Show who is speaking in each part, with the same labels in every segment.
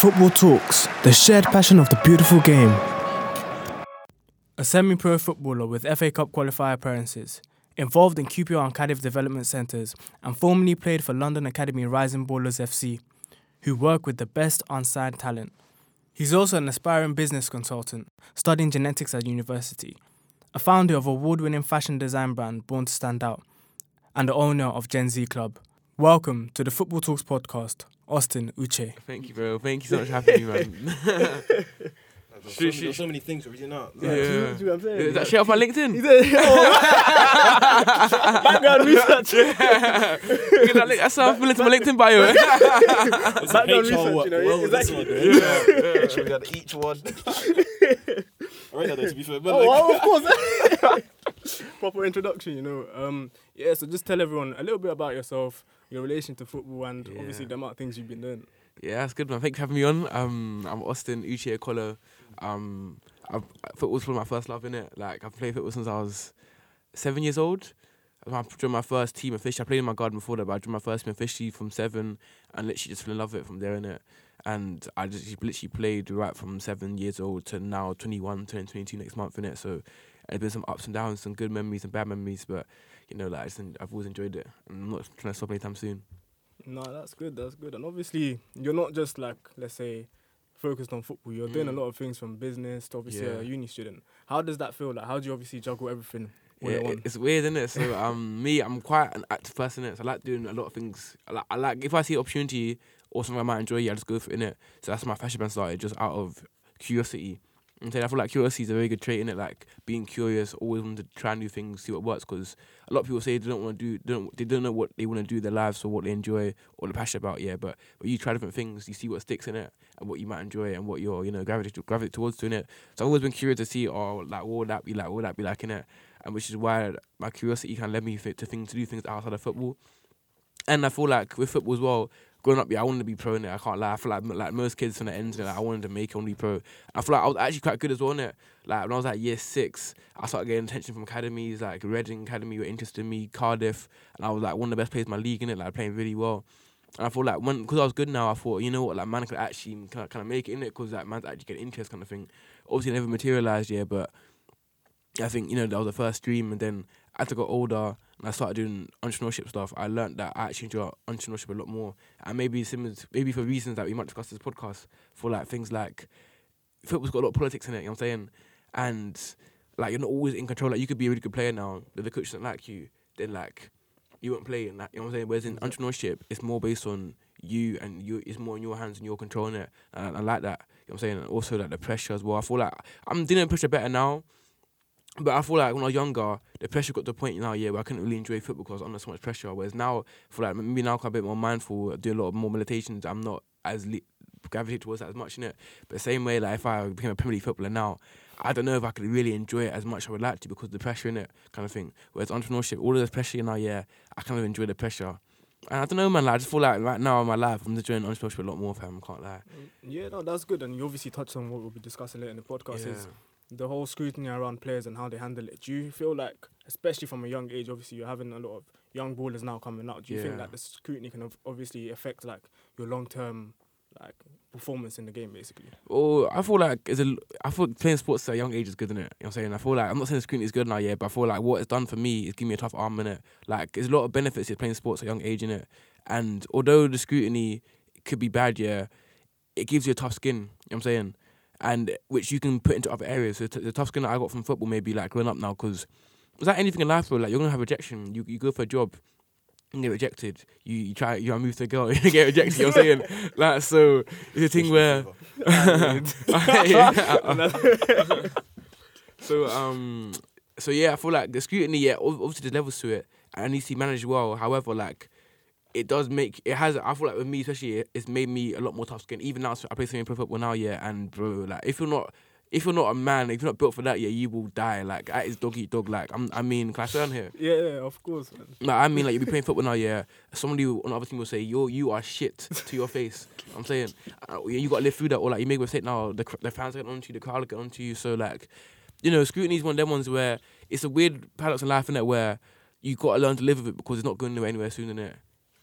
Speaker 1: Football Talks, the shared passion of the beautiful game. A semi pro footballer with FA Cup qualifier appearances, involved in QPR and Cardiff development centres, and formerly played for London Academy Rising Ballers FC, who work with the best unsigned talent. He's also an aspiring business consultant, studying genetics at university, a founder of award winning fashion design brand Born to Stand Out, and the owner of Gen Z Club. Welcome to the Football Talks podcast, Austin Uche.
Speaker 2: Thank you, bro. Thank you so much for having me, man.
Speaker 3: There's
Speaker 2: Shit,
Speaker 3: so,
Speaker 2: shit,
Speaker 3: many, there's so many things already now. Like,
Speaker 2: Yeah.
Speaker 4: Do you know what I'm saying? "Oh."
Speaker 2: Is that shit off my LinkedIn?
Speaker 4: Background research.
Speaker 2: Look at that link- That's how I'm feeling to my LinkedIn bio. eh?
Speaker 3: it's
Speaker 4: Background
Speaker 3: HR
Speaker 4: research, you
Speaker 3: work.
Speaker 4: know,
Speaker 3: Well, this
Speaker 4: exactly.
Speaker 3: one, yeah. Make sure we got each one. I read that though, to be fair. But
Speaker 4: oh,
Speaker 3: like,
Speaker 4: wow, of course. Proper introduction, you know. Um, yeah, so just tell everyone a little bit about yourself, your relation to football, and
Speaker 2: Yeah.
Speaker 4: obviously the amount of things you've been doing.
Speaker 2: Yeah, that's good, man. Thanks for having me on. Um, I'm Austin Uche Ekolo. Um, I've, football's probably my first love in it. Like I've played football since I was seven years old. I joined my first team officially. I played in my garden before that, but I joined my first team officially from seven, and literally just fell in love with it from there in it. And I just literally played right from seven years old to now 21, turning 22 next month in it. So there's been some ups and downs, some good memories and bad memories, but you know, like I just, I've always enjoyed it, and I'm not trying to stop anytime soon.
Speaker 4: No, that's good. That's good. And obviously, you're not just like let's say focused on football. You're doing a
Speaker 2: Mm.
Speaker 4: lot of things from business to obviously
Speaker 2: Yeah.
Speaker 4: a uni student. How does that feel? Like, how do you obviously juggle everything? all
Speaker 2: Yeah,
Speaker 4: at
Speaker 2: it-
Speaker 4: once?
Speaker 2: it's weird, isn't it? So, um, me, I'm quite an active person. innit? So I like doing a lot of things. I like, I like if I see opportunity or something I might enjoy, yeah, I just go for it. Innit? So that's my fashion brand started just out of curiosity. And so I feel like curiosity is a very good trait in it. Like being curious, always wanting to try new things, see what works. Because a lot of people say they don't want to do, they don't, they don't know what they want to do with their lives or what they enjoy or they're passionate about. Yeah, but but you try different things, you see what sticks in it and what you might enjoy and what you're you know gravitate gravitate towards doing it. So I've always been curious to see, oh, like what would that be like? What would that be like in it? and which is why my curiosity kind of led me fi- to things to do things outside of football. And I feel like with football as well, growing up, yeah, I wanted to be pro in it. I can't lie. I feel like m- like most kids from the ends, like, I wanted to make it only pro. I feel like I was actually quite good as well in it. Like when I was like year six, I started getting attention from academies like Reading Academy were interested in me, Cardiff, and I was like one of the best players in my league in it, like playing really well. And I thought like when because I was good now, I thought you know what like man could actually kind of, kind of make it in it because like man's actually getting interest kind of thing. Obviously, it never materialized yet, but I think you know that was the first dream, and then as I got older and I started doing entrepreneurship stuff, I learned that I actually enjoy entrepreneurship a lot more, and maybe similar, to- maybe for reasons that we might discuss this podcast, for like things like football's got a lot of politics in it. You know what I'm saying? And like you're not always in control. Like you could be a really good player now, but if the coach doesn't like you, then like you won't play. And like, you know what I'm saying? Whereas in entrepreneurship, it's more based on you and you. It's more in your hands and you're controlling it. And I, I like that. You know what I'm saying? And also like the pressure as well. I feel like I'm dealing with pressure better now. But I feel like when I was younger, the pressure got to a point now, yeah, where I couldn't really enjoy football because I was under so much pressure. Whereas now, I feel like maybe now I'm a bit more mindful, I do a lot of more meditations. I'm not as le- gravitate towards that as much in it. But same way, like if I became a Premier League footballer now, I don't know if I could really enjoy it as much as I would like to because of the pressure in it, kind of thing. Whereas entrepreneurship, all of this pressure now, yeah, I kind of enjoy the pressure. And I don't know, man. Like, I just feel like right now in my life, I'm enjoying entrepreneurship a lot more, fam. Can't lie.
Speaker 4: Yeah, no, that's good. And you obviously touched on what we'll be discussing later in the podcast. Is the whole scrutiny around players and how they handle it. Do you feel like, especially from a young age, obviously you're having a lot of young ballers now coming out. Do you think
Speaker 2: Yeah.
Speaker 4: that the scrutiny can ob- obviously affect like your long term like performance in the game, basically?
Speaker 2: Oh, I feel like it's a. I feel playing sports at a young age is good, isn't it? You know what I'm saying? I feel like I'm not saying the screen is good now, yeah, but I feel like what it's done for me is give me a tough arm in it. Like there's a lot of benefits to playing sports at a young age in it, and although the scrutiny could be bad, yeah, it gives you a tough skin. You know what I'm saying? And which you can put into other areas. So t- the tough skin that I got from football maybe like growing up now, because was that anything in life, bro? Like you're gonna have rejection. You you go for a job. And get rejected. You you try you move to a girl. You get rejected. You know what I'm saying? Like so, it's a thing where so um, so yeah, I feel like the scrutiny. Yeah, ob- obviously there's levels to it, and it needs to be managed well. However, like it does make it has. I feel like with me especially, it- it's made me a lot more tough skin. Even now, I play semi pro football now. Yeah, and bro, like if you're not. If you're not a man, if you're not built for that, yeah, you will die. Like that is dog eat dog. Like I'm, I mean, can I say on here?
Speaker 4: Yeah, yeah, of course. Man.
Speaker 2: No, I mean like you'll be playing football now, yeah. Somebody on the other team will say, "Yo, you are shit" to your face. I'm saying, uh, yeah, you got to live through that, or like you make a mistake now, the cr- the fans get onto you, the crowd get onto you. So like, you know, scrutiny is one of them ones where it's a weird paradox in life, innit? Where you got to learn to live with it because it's not going nowhere anywhere soon, innit?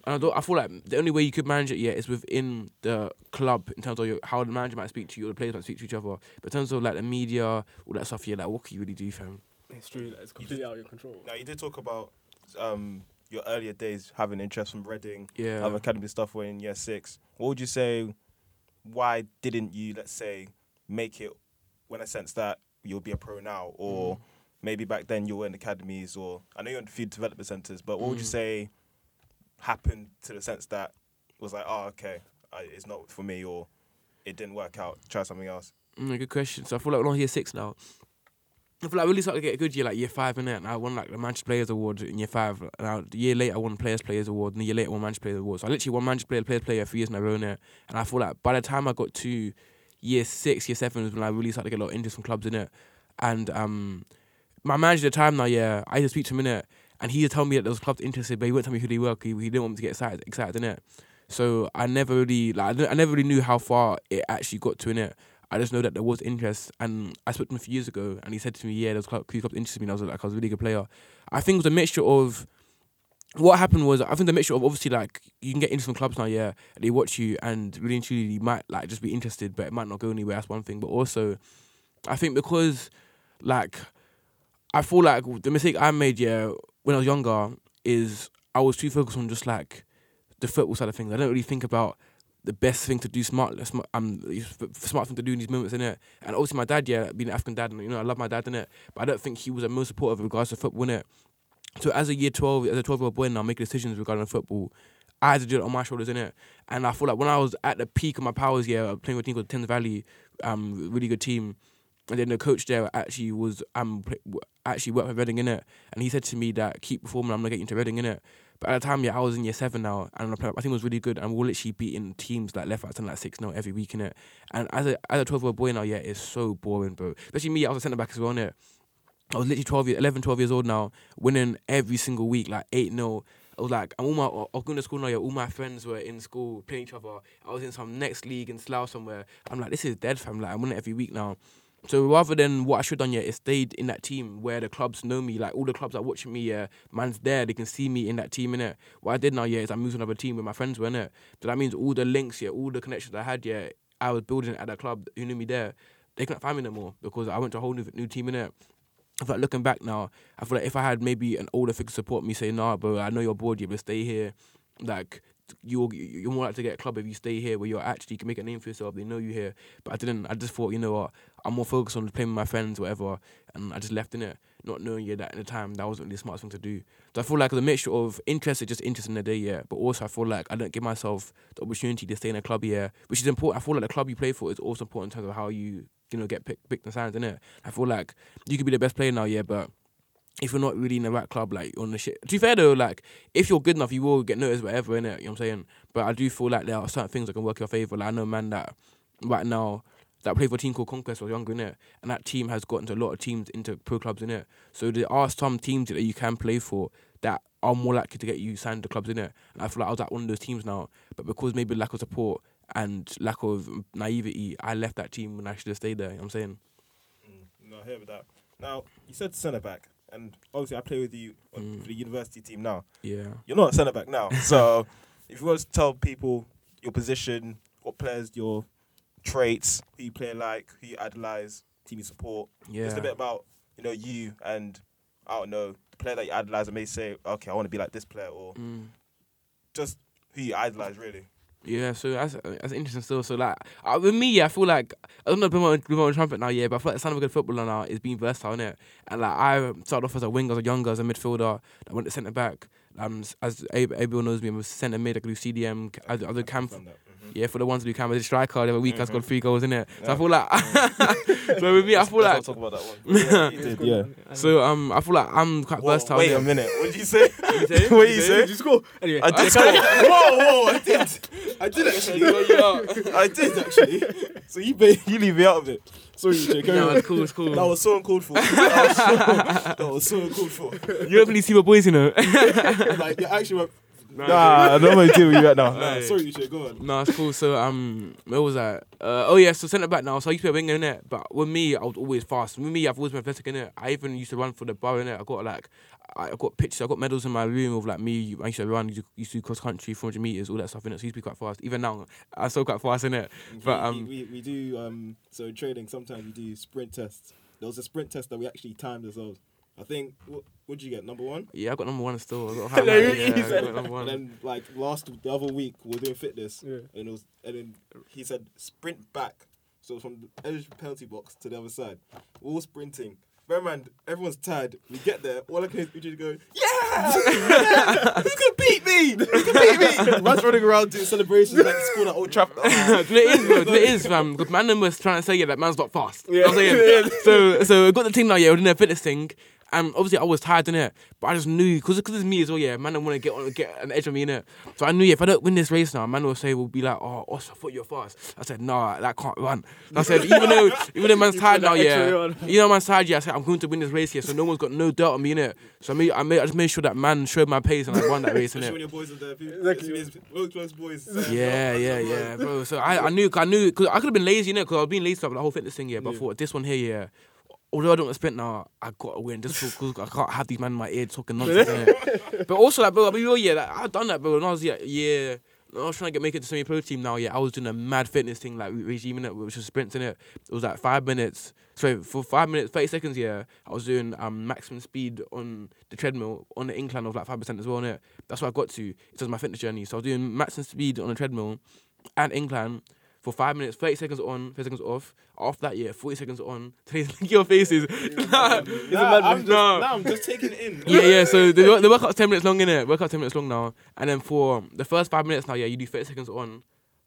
Speaker 2: And I, don't, I feel like the only way you could manage it yet is within the club in terms of your, how the manager might speak to you, or the players might speak to each other. But in terms of like the media, all that stuff, yeah, like what can you really do, fam?
Speaker 5: It's true. Like, it's completely out of your control.
Speaker 6: Now you did talk about um, your earlier days having interest from Reading,
Speaker 2: Yeah.
Speaker 6: other academy stuff when in year six. What would you say? Why didn't you, let's say, make it? When I sense that you'll be a pro now, or maybe back then you were in academies, or I know you're in a few development centers, but what would you say happened to the sense that was like, oh, okay, I, it's not for me, or it didn't work out. Try something else.
Speaker 2: Mm, good question. So I feel like we're on year six now. I feel like I really started to get a good year, like year five in it, and I won like the Manchester Players Award in year five. And I, the year later, I won Players Players Award, and the year later, I won Manchester Players Award. So I literally won Manchester Player Players Player for years in a row in it. And I feel like by the time I got to year six, year seven, is when I really started to get a lot of interest from clubs in it. And um, my manager at the time now, yeah, I used to speak to him in it, and he would tell me that there was clubs interested, but he wouldn't tell me who they were. 'cause He, he didn't want me to get excited, excited in it. So I never really, like, I, don't- I never really knew how far it actually got to in it. I just know that there was interest, and I spoke to him a few years ago, and he said to me, "Yeah, those club, clubs interested me." And I was like, "I was a really good player." I think it was a mixture of what happened was I think the mixture of obviously like you can get into some clubs now, yeah, and they watch you, and really and truly you might like just be interested, but it might not go anywhere. That's one thing, but also I think because like I feel like the mistake I made, yeah, when I was younger, is I was too focused on just like the football side of things. I don't really think about the best thing to do, smart, smart, um, smart thing to do in these moments, innit? And obviously, my dad, yeah, being an African dad, and you know, I love my dad, innit? But I don't think he was the most supportive in regards to football, innit? So as a year 12, as a 12 year old boy now, making decisions regarding football, I had to do it on my shoulders, innit? And I feel like when I was at the peak of my powers, yeah, playing with a team called Thames Valley, um, really good team. And then the coach there actually was um pl- w- actually worked for Reading in it, and he said to me that keep performing, I'm gonna get you into Reading in it. But at the time, yeah, I was in year seven now, and I played, my team was really good, and we we're literally beating teams like left, right, and like six 0 every week in it. And as a as a 12 year old boy now, yeah, it's so boring, bro. Especially me, I was a centre back as well in it. I was literally 12, year- 11, 12 years old now, winning every single week, like 8 0. I was like, and all my, I was going to school now, yeah, all my friends were in school playing each other. I was in some next league in Slough somewhere. I'm like, this is dead, fam. Like, I'm winning every week now. So rather than what I should have done, yeah, is stayed in that team where the clubs know me. Like, all the clubs are watching me, yeah, man's there, they can see me in that team, innit? What I did now, yeah, is I moved to another team where my friends were, innit? So that means all the links, yeah, all the connections I had, yeah, I was building at that club who knew me there. They couldn't find me no more because I went to a whole new, new team, innit? I feel like looking back now, I feel like if I had maybe an older figure to support me, say, nah, bro, I know you're bored, you but stay here. Like, you're, you're more likely to get a club if you stay here where you're actually, you can make a name for yourself. They know you here. But I didn't, I just thought, you know what, I'm more focused on playing with my friends, whatever. And I just left in it, not knowing yeah, that at the time that wasn't really the smartest thing to do. So I feel like the mixture of interest is just interest in the day, yeah. But also, I feel like I don't give myself the opportunity to stay in a club, yeah, which is important. I feel like the club you play for is also important in terms of how you you know, get picked, picked and signed, innit? I feel like you could be the best player now, yeah, but if you're not really in the right club, like you're on the shit. To be fair though, like if you're good enough, you will get noticed, whatever, innit? You know what I'm saying? But I do feel like there are certain things that can work in your favour. Like I know, man, that right now that played for a team called Conquest was younger, innit? And that team has gotten to a lot of teams into pro clubs, innit? So there are some teams that you can play for that are more likely to get you signed to clubs, innit? And I feel like I was at one of those teams now, but because maybe lack of support and lack of naivety, I left that team when I should have stayed there. You know what I'm saying?
Speaker 6: No, Mm, I hear with that. Now you said centre back, and obviously I play with you on, for the university team now.
Speaker 2: Yeah.
Speaker 6: you're not a centre back now. So if you want to tell people your position, what players, your traits, who you play like, who you idolise, team you support, just
Speaker 2: Yeah.
Speaker 6: a bit about you know you and I don't know the player that you idolise. and may say, okay, I want to be like this player, or
Speaker 2: Mm.
Speaker 6: just who you idolise really.
Speaker 2: Yeah, so that's that's interesting still. So like uh, with me, yeah, I feel like I don't know if I'm on, I'm on trumpet now, yeah, but I feel like the sound of a good footballer now is being versatile, innit? And like I started off as a winger, as a younger, as a midfielder, I went to centre back. Um, s- as Ab- Abel knows me, I'm a centre mid. I could do CDM. I, I do cam.
Speaker 6: mhm.
Speaker 2: Yeah, for the ones who do cam as a striker, the other week I scored three goals in it. So I feel like, so with me, I feel like,
Speaker 6: Let's not talk about that one. Yeah, you did, yeah.
Speaker 2: so um, I feel like I'm quite
Speaker 6: Whoa,
Speaker 2: versatile.
Speaker 6: wait
Speaker 2: innit?
Speaker 6: a minute. What did you say?
Speaker 2: say?
Speaker 6: what did you say?
Speaker 5: Did you score? Anyway,
Speaker 6: I did. whoa, whoa! I did. I did actually. I did actually. So you ba- you leave me out of it. Sorry, Jay. carry
Speaker 2: No,
Speaker 6: on.
Speaker 2: it's cool, it's cool.
Speaker 6: That was so uncalled for. That was so, that was so uncalled for.
Speaker 2: you don't really see my boys, you know.
Speaker 6: Like you actually went. Nah, I don't want to deal with you right now. Nah,
Speaker 2: Hey.
Speaker 6: sorry, Jay. Go on.
Speaker 2: No, it's cool. So um, where was I? Uh, oh yeah, so centre back now. So I used to be a winger innit? but with me, I was always fast. With me, I've always been athletic innit? I even used to run for the bar innit? I got like, I I got pictures, I got medals in my room of like me. I used to run, used to- used to do cross country, 400 meters, all that stuff. In it, so I used to be quite fast. Even now, I still quite fast in it. But,
Speaker 6: We-
Speaker 2: um,
Speaker 6: we, we, we do um so training. Sometimes we do sprint tests. There was a sprint test that we actually timed ourselves. I think what would you get number one?
Speaker 2: Yeah, I got number one still. I got, a highlight, yeah, I got number one.
Speaker 6: And then like last the other week we were doing fitness
Speaker 4: Yeah.
Speaker 6: and it was and then he said sprint back. So from the edge of the penalty box to the other side. We're all sprinting. Bear in mind, everyone's tired. We get there, all I can hear is Uji go, Yeah! yeah! Who can beat me? Who can beat me? Man's running around doing celebrations like he scored at Old Trafford.
Speaker 2: No, do you know it is, bro. Do you know it is, fam. Because man them was trying to say yeah, that man's not fast. You know what I'm
Speaker 4: Yeah.
Speaker 2: saying? so, so I got the team now. Yeah, we're doing their fitness thing. And obviously, I was tired in it, but I just knew because because it's me as well. Yeah, man, I want to get on get an edge on me in it. So I knew yeah, if I don't win this race now, man will say will be like, oh, Oscar, I thought you were fast. I said, nah, that can't run. And I said, even though even though man's tired now,
Speaker 4: that extra
Speaker 2: yeah,
Speaker 4: yard.
Speaker 2: you know man's tired. Yeah, I said I'm going to win this race here, so no one's got no doubt on me in it. So I made, I made I just made sure that man showed my pace and I won that race in
Speaker 6: Especially
Speaker 2: it.
Speaker 6: when your boys are there. People,
Speaker 4: Exactly.
Speaker 6: it's- it's Real close boys.
Speaker 2: Yeah, yeah, yeah, bro. So I, I knew, I knew, because I could have been lazy, you know, because I was being lazy about the whole fitness thing, yeah. But I thought this one here, yeah. Although I don't sprint now, I got to win just because I can't have these men in my ear talking nonsense. innit? But also, like, bro, I'll be real, yeah, like, I've done that, bro. When I was, yeah, yeah. when I was trying to get make it to semi pro team now, yeah. I was doing a mad fitness thing, like re- regime in it, which was sprinting it. It was like five minutes, sorry, for five minutes, 30 seconds, yeah. I was doing um maximum speed on the treadmill on the incline of like 5% as well, innit? That's what I got to. It was my fitness journey. So I was doing maximum speed on the treadmill and incline for five minutes, 30 seconds on, 30 seconds off. After that, yeah, 40 seconds on. Today's your faces.
Speaker 6: Nah, I'm just,
Speaker 2: No.
Speaker 6: nah, I'm just taking it in.
Speaker 2: yeah, yeah. So the, work- the workout's 10 minutes long, innit? Workout's 10 minutes long now. And then for the first five minutes now, yeah, you do 30 seconds on,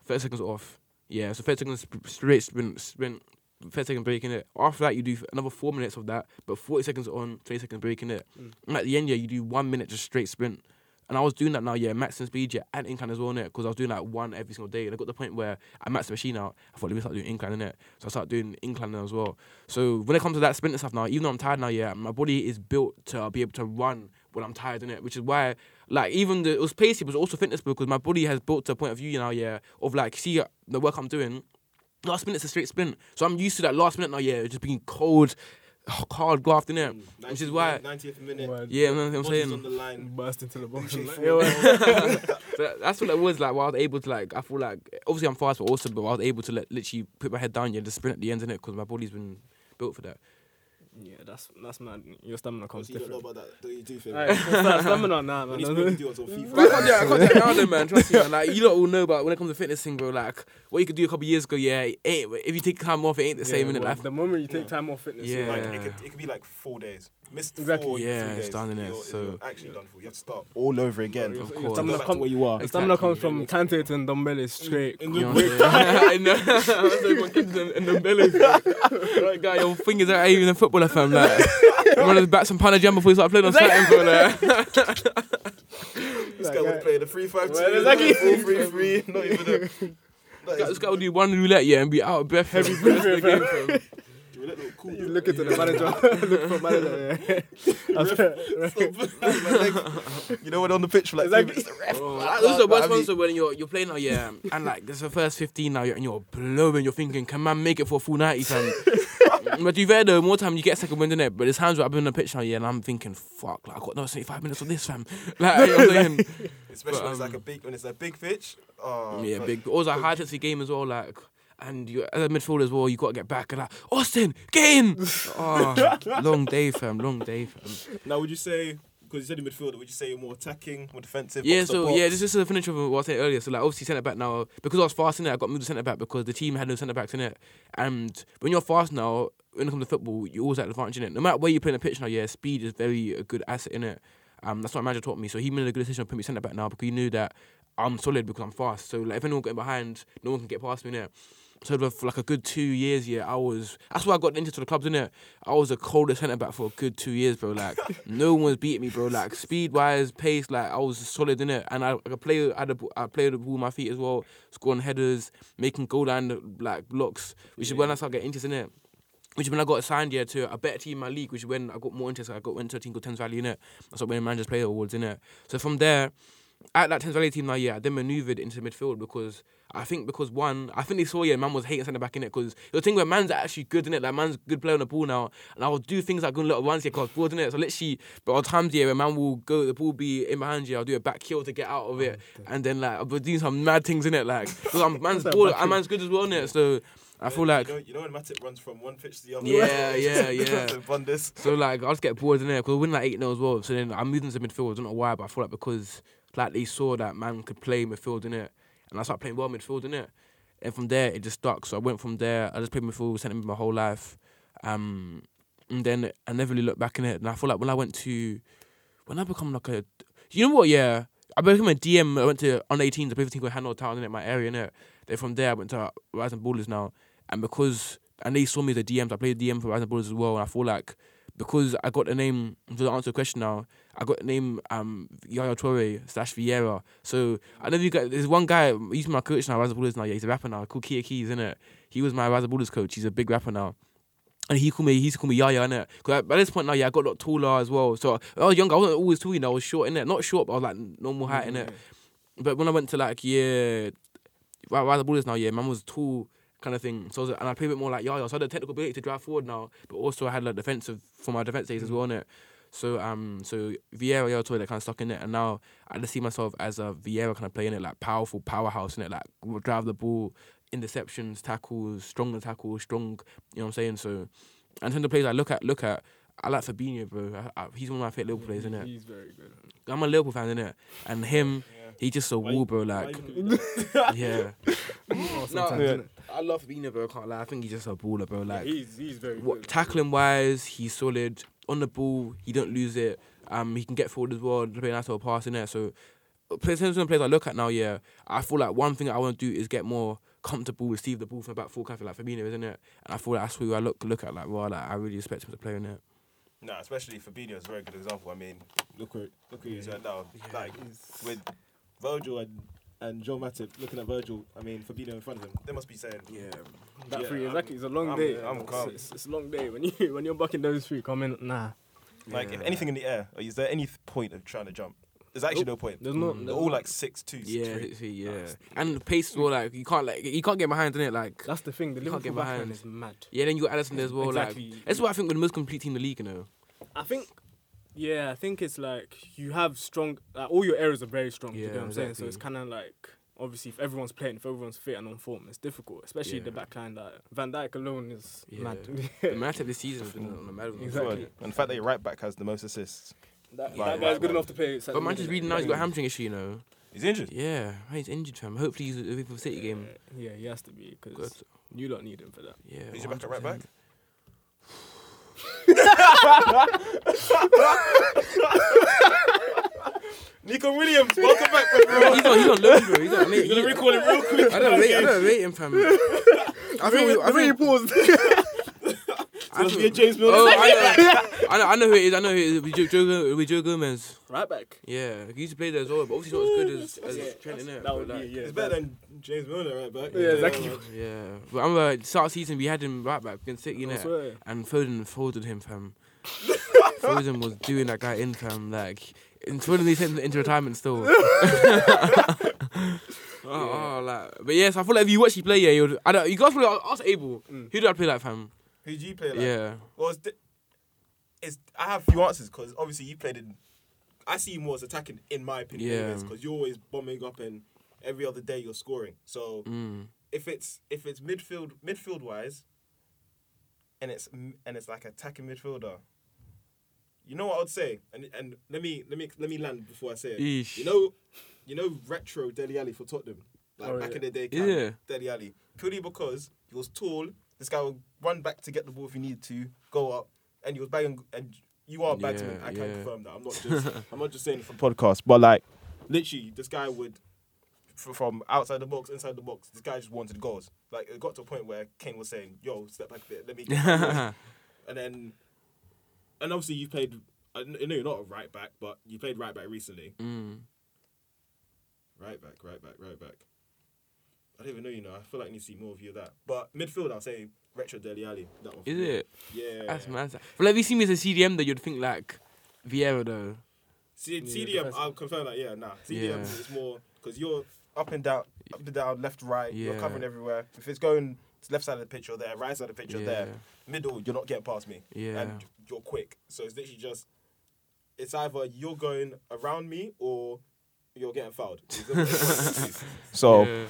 Speaker 2: 30 seconds off. Yeah, so 30 seconds sp- straight sprint, sprint, 30 second break in it. After that, you do another four minutes of that, but 40 seconds on, 20 seconds break in it. And at the end, yeah, you do one minute just straight sprint. And I was doing that now, yeah, maximum speed, yeah, and incline as well, innit? Because I was doing like one every single day. And I got to the point where I maxed the machine out. I thought, let me start doing incline, innit? So I started doing incline now as well. So when it comes to that sprint and stuff now, even though I'm tired now, yeah, my body is built to be able to run when I'm tired, innit? Which is why, like, even the, it was pacey, but it was also fitness because my body has built to a point of view now, yeah, of like, see uh, the work I'm doing, last minute's a straight sprint. So I'm used to that last minute now, yeah, just being cold, h- hard graft, innit?
Speaker 6: Mm,
Speaker 2: Which is why,
Speaker 6: 90th minute.
Speaker 4: Word.
Speaker 2: yeah, you know what I'm
Speaker 6: body's
Speaker 2: saying?
Speaker 6: on the line.
Speaker 4: Burst into the box.
Speaker 6: Jay
Speaker 4: like,
Speaker 6: Ford.
Speaker 4: yeah, well,
Speaker 2: So that- that's what it was like. Where I was able to like, I feel like obviously I'm fast, but also, but I was able to like, literally put my head down yeah, and just sprint at the end in it because my body's been built for that.
Speaker 4: yeah, that's that's mad. Your stamina comes
Speaker 6: You don't know
Speaker 4: different.
Speaker 6: about that, do you do, fam?
Speaker 4: Alright, sta- stamina, nah,
Speaker 6: When
Speaker 4: man.
Speaker 6: he's
Speaker 4: that's-
Speaker 6: playing videos on FIFA.
Speaker 2: But I can't do that- I can't do that now, though, man. Trust me, man. Like you lot all know, but when it comes to fitness thing, bro, like what you could do a couple years ago, yeah, it ain't, if you take time off, it ain't the same in
Speaker 4: yeah, well,
Speaker 2: life.
Speaker 4: The moment you take time off fitness,
Speaker 2: Yeah.
Speaker 4: like,
Speaker 6: Like, it, could, it could be like four days. Missed
Speaker 4: Exactly.
Speaker 6: four,
Speaker 2: Yeah,
Speaker 6: three
Speaker 2: it's
Speaker 6: days.
Speaker 2: done, innit?
Speaker 6: You're-
Speaker 2: So-
Speaker 6: you're actually done for. You have to start all over again.
Speaker 2: Of
Speaker 4: your
Speaker 2: course.
Speaker 6: Go
Speaker 4: stamina,
Speaker 6: back to
Speaker 4: com-
Speaker 6: where you are.
Speaker 4: your stamina comes
Speaker 2: Exactly.
Speaker 4: from candidates and dumbbells straight.
Speaker 2: You know what I'm saying? I know. That's why everyone keeps them in the belly. Right, guy, your fingers are even a footballer, fam. Like, you want to back some Pana Jam before you start playing on Saturn, bro. Like.
Speaker 6: This guy would play the three five two,
Speaker 4: Well, exactly.
Speaker 6: four three three. Not even a. That
Speaker 2: This
Speaker 6: is
Speaker 2: guy will do one roulette, yeah, and be out of breath. Heavy breath.
Speaker 6: we're a little cool.
Speaker 4: You look into the manager. look for manager. Yeah.
Speaker 6: you know what? On the pitch for like two
Speaker 4: Exactly.
Speaker 6: minutes, the ref.
Speaker 2: Bro, that was the worst one. So when you're you're playing now, yeah, and like there's the first 15 now, you're, and you're blowing. You're thinking, can man make it for a full 90, fam? but you've heard though, more time you get a second wind in it. But there's times where I've been on the pitch now, yeah, and I'm thinking, fuck, like I got no 75 minutes of this, fam. Like you know what I'm saying,
Speaker 6: Especially
Speaker 2: But,
Speaker 6: when it's like
Speaker 2: um,
Speaker 6: a big when it's a big pitch. Oh,
Speaker 2: yeah,
Speaker 6: God.
Speaker 2: big. But also a high intensity game as well, like. And you as a midfielder as well, you gotta get back and like Austin, get in. Oh, long day, fam. Long day, fam.
Speaker 6: Now, would you say because you said in midfielder, would you say you're more attacking, more defensive?
Speaker 2: Yeah,
Speaker 6: box to
Speaker 2: so
Speaker 6: box?
Speaker 2: yeah, this, this is a finish of what I said earlier. So like obviously centre back now because I was fast in it, I got moved to centre back because the team had no centre backs in it. And when you're fast now, when it comes to football, you always at advantage in it. No matter where you play in the pitch now, yeah, speed is very a good asset in it. Um, that's what my manager taught me. So he made a good decision to put me centre back now because he knew that I'm solid because I'm fast. So like if anyone getting behind, no one can get past me in it. So for for like a good two years, yeah, I was. That's why I got into the clubs, innit? I was the coldest centre back for a good two years, bro. Like no one was beating me, bro. Like speed wise, pace, like I was solid in it, and I, I could play. I had a, I played the ball with my feet as well, scoring headers, making goal line like blocks, which is when I started getting interested in it. Which is when I got assigned yeah to a better team in my league, which is when I got more interest. I got went to a team called Thames Valley in it. That's what when managers play awards in it. So from there, at that Thames Valley team now, yeah, they manoeuvred into midfield because I think because one, I think they saw yeah, man was hating centre back in it because the thing where man's actually good in it, like man's good player on the ball now, and I will do things like going little runs here because bored in it. So literally, but at times yeah, where man will go, the ball be in behind you, I'll do a back heel to get out of it, and then like I'll be doing some mad things in it, like 'cause I'm, man's ball and man's good as well in it. So I feel like
Speaker 6: you know, you know when Matic runs from one pitch to the other.
Speaker 2: yeah, yeah, yeah.
Speaker 6: Von this.
Speaker 2: So like I just get bored in there because we're like eight 0 as well. So then I moved into midfield. I don't know why, but I feel like because like they saw that man could play midfield in it, and I started playing well midfield in it. And from there it just stuck. So I went from there. I just played midfield, sent him my whole life, um, and then I never really looked back in it. And I feel like when I went to, when I become like a, you know what? Yeah, I became a DM. I went to under 18s. I played for a team called Hanover Town in my area in it. Then from there I went to Rising Ballers now, and because and they saw me as a DM, so I played DM for Rising Ballers as well. And I feel like because I got the name to answer the question now. I got the name um Yaya Torre slash Vieira. So I know you got there's one guy he's my coach now, Raza Ballers now. Yeah, he's a rapper now. Called Kia Keys, innit? He was my Raza Ballers coach. He's a big rapper now. And he called me, he used to call me Yaya, innit? Because by this point now, yeah, I got a lot taller as well. So when I was younger, I wasn't always tall, you know, I was short, innit? Not short, but I was like normal height, innit? But when I went to like, yeah, Raza Ballers now, yeah, man was tall kind of thing. So I was, and I play a bit more like Yaya. So I had the technical ability to drive forward now, but also I had like defensive for my defense days as well in it. So um, so Vieira, Yaya Toure, they kind of stuck in it, and now I just see myself as a Vieira kind of playing it, like powerful powerhouse in it, like will drive the ball, interceptions, tackles, strong tackles, strong. You know what I'm saying? So, and in terms of players I look at, look at. I like Fabinho, bro. I, I, he's one of my favorite Liverpool players, isn't it?
Speaker 4: He's very good.
Speaker 2: I'm a Liverpool fan, innit? And him, he just a wall, bro. Like, yeah.
Speaker 4: Oh,
Speaker 2: No,
Speaker 4: sometimes, innit?
Speaker 2: I love Fabinho, bro. I can't lie. I think he's just a baller, bro. Like,
Speaker 4: he's he's very
Speaker 2: what,
Speaker 4: good.
Speaker 2: tackling wise, he's solid. On the ball, he don't lose it. Um, he can get forward as well. Play a nice little pass in there. So, uh, players, in terms of players I look at now, yeah, I feel like one thing I want to do is get more comfortable, receive the ball from about four cafe like Fabinho, isn't it? And I feel like that's who I look look at like, well, like, I really respect him as a player in it.
Speaker 3: Nah, especially Fabinho is a very good example. I mean,
Speaker 6: Look where look where he is right now.
Speaker 3: like
Speaker 6: With Virgil and and Joe Matip looking at Virgil. I mean Fabinho in front of him.
Speaker 3: they must be saying,
Speaker 2: Yeah.
Speaker 4: That
Speaker 3: Yeah,
Speaker 4: three is
Speaker 3: I'm-
Speaker 4: like it's a long
Speaker 3: I'm-
Speaker 4: day.
Speaker 3: I'm
Speaker 4: It's-
Speaker 3: calm.
Speaker 4: It's, it's a long day when you when you're bucking those three coming. Nah,
Speaker 3: like if
Speaker 2: Yeah.
Speaker 3: anything in the air, or is there any th- point of trying to jump? There's actually no point.
Speaker 4: there's not.
Speaker 2: Mm.
Speaker 4: there's
Speaker 3: They're all
Speaker 4: not-
Speaker 3: like six two, six
Speaker 2: Yeah,
Speaker 3: three.
Speaker 2: literally, yeah. And the pace as well, like you can't like you can't get behind in it, like
Speaker 4: That's the thing. The
Speaker 2: You can't get
Speaker 4: Liverpool backline
Speaker 2: behind.
Speaker 4: is mad.
Speaker 2: yeah. Then you got Allison there as well,
Speaker 4: Exactly.
Speaker 2: like that's what I think we're the most complete team in the league, you know.
Speaker 4: I think, yeah, I think it's like you have strong, like all your areas are very strong. you
Speaker 2: Yeah,
Speaker 4: know what I'm saying? So
Speaker 2: exactly.
Speaker 4: it's kind of like, obviously, if everyone's playing, if everyone's fit and on form, it's difficult, especially the
Speaker 2: Yeah.
Speaker 4: back line. Like Van Dijk alone is
Speaker 2: Yeah.
Speaker 4: mad.
Speaker 2: The matchup this season has been on the mad one.
Speaker 3: Good.
Speaker 4: Exactly.
Speaker 3: And the fact that your right back has the most assists.
Speaker 4: that,
Speaker 3: Like-
Speaker 4: that guy's good enough to play. centre
Speaker 2: But man, just
Speaker 4: midfielder.
Speaker 2: reading now, he's got a hamstring issue, you know.
Speaker 3: He's injured.
Speaker 2: Yeah, man, he's injured, fam. Hopefully, he's a for City game.
Speaker 4: Yeah, he has to be
Speaker 2: Good.
Speaker 4: because you don't need him for that.
Speaker 2: Yeah.
Speaker 3: Who's your back at right
Speaker 2: 100%.
Speaker 3: back?
Speaker 6: Nico Williams, welcome back, bro.
Speaker 2: he's on, he's on loan, bro. He's on. I mean, he,
Speaker 6: Recall him real quick.
Speaker 2: I don't rate, I don't rate him, fam. I think, we- I think,
Speaker 6: paused.
Speaker 2: I
Speaker 6: Must be a
Speaker 2: think,
Speaker 6: James Milner.
Speaker 2: oh, I know, I know, I know who it is. I know who it is. We Joe, Joe, Gomez- we Joe Gomez.
Speaker 4: Right back.
Speaker 2: Yeah, he used to play there as well, but obviously not as good as, as Trent in
Speaker 4: That would be
Speaker 2: like,
Speaker 4: yeah.
Speaker 6: It's better than James Milner right back.
Speaker 4: Yeah, exactly.
Speaker 2: Yeah, but I remember at the start of the season we had him right back against City,
Speaker 4: I
Speaker 2: innit?
Speaker 4: swear.
Speaker 2: And Foden folded him, fam. Foden was doing that guy in, fam. Like, and Foden they sent him into retirement still. Oh, oh, like, but yes, I feel like if you watch you play, yeah, you'd, I don't, you guys probably ask Abel, who do I play like, fam?
Speaker 3: Who do you play like?
Speaker 2: yeah,
Speaker 3: Well, it's, di- it's I have few answers because obviously you played in.
Speaker 6: I see you more as attacking, in my opinion,
Speaker 2: Yeah.
Speaker 6: because you're always bombing up and every other day you're scoring. So
Speaker 2: mm,
Speaker 6: if it's if it's midfield midfield wise, and it's m- and it's like attacking midfielder. You know what I would say, and and let me let me let me land before I say it.
Speaker 2: Eesh.
Speaker 6: You know, you know, retro Deli Alley for Tottenham, like
Speaker 4: Oh,
Speaker 6: back
Speaker 4: yeah.
Speaker 6: in the day,
Speaker 2: Yeah.
Speaker 6: Deli Alley purely because he was tall. This guy would run back to get the ball if he needed to, go up, and he was bagging. And you are a bagsman.
Speaker 2: Yeah,
Speaker 6: I can
Speaker 2: yeah.
Speaker 6: confirm that. I'm not just I'm not just saying it for
Speaker 3: Podcast, but like
Speaker 6: literally this guy would f- from outside the box, inside the box. This guy just wanted goals. Like it got to a point where Kane was saying, "Yo, step back a bit, let me." Get the ball." and then, and obviously you played. I kn- I know you're not a right back, but you played right back recently.
Speaker 2: mm.
Speaker 6: Right back, right back, right back. I don't even know you know. I feel like I need to see more of you of that. But midfield, I'll say retro Deli Ali. That one. for
Speaker 2: is
Speaker 6: me.
Speaker 2: it?
Speaker 6: Yeah.
Speaker 2: That's mad. But like, if you see me as a CDM, though, you'd think like Vieira, though.
Speaker 6: C-
Speaker 2: Yeah,
Speaker 6: CDM,
Speaker 2: defensive.
Speaker 6: I'll confirm that. Yeah, nah. CDM
Speaker 2: Yeah.
Speaker 6: is more because you're
Speaker 3: Up and down, up and down, left, right. You're
Speaker 2: Yeah.
Speaker 3: covering everywhere. If it's going to left side of the pitch, you're there. Right side of the pitch, you're there.
Speaker 2: Yeah.
Speaker 3: Middle, you're not getting past me.
Speaker 2: Yeah.
Speaker 3: And
Speaker 6: you're quick, so it's literally just it's either you're going around me or you're getting fouled.
Speaker 3: so,
Speaker 2: yeah.
Speaker 6: Oh.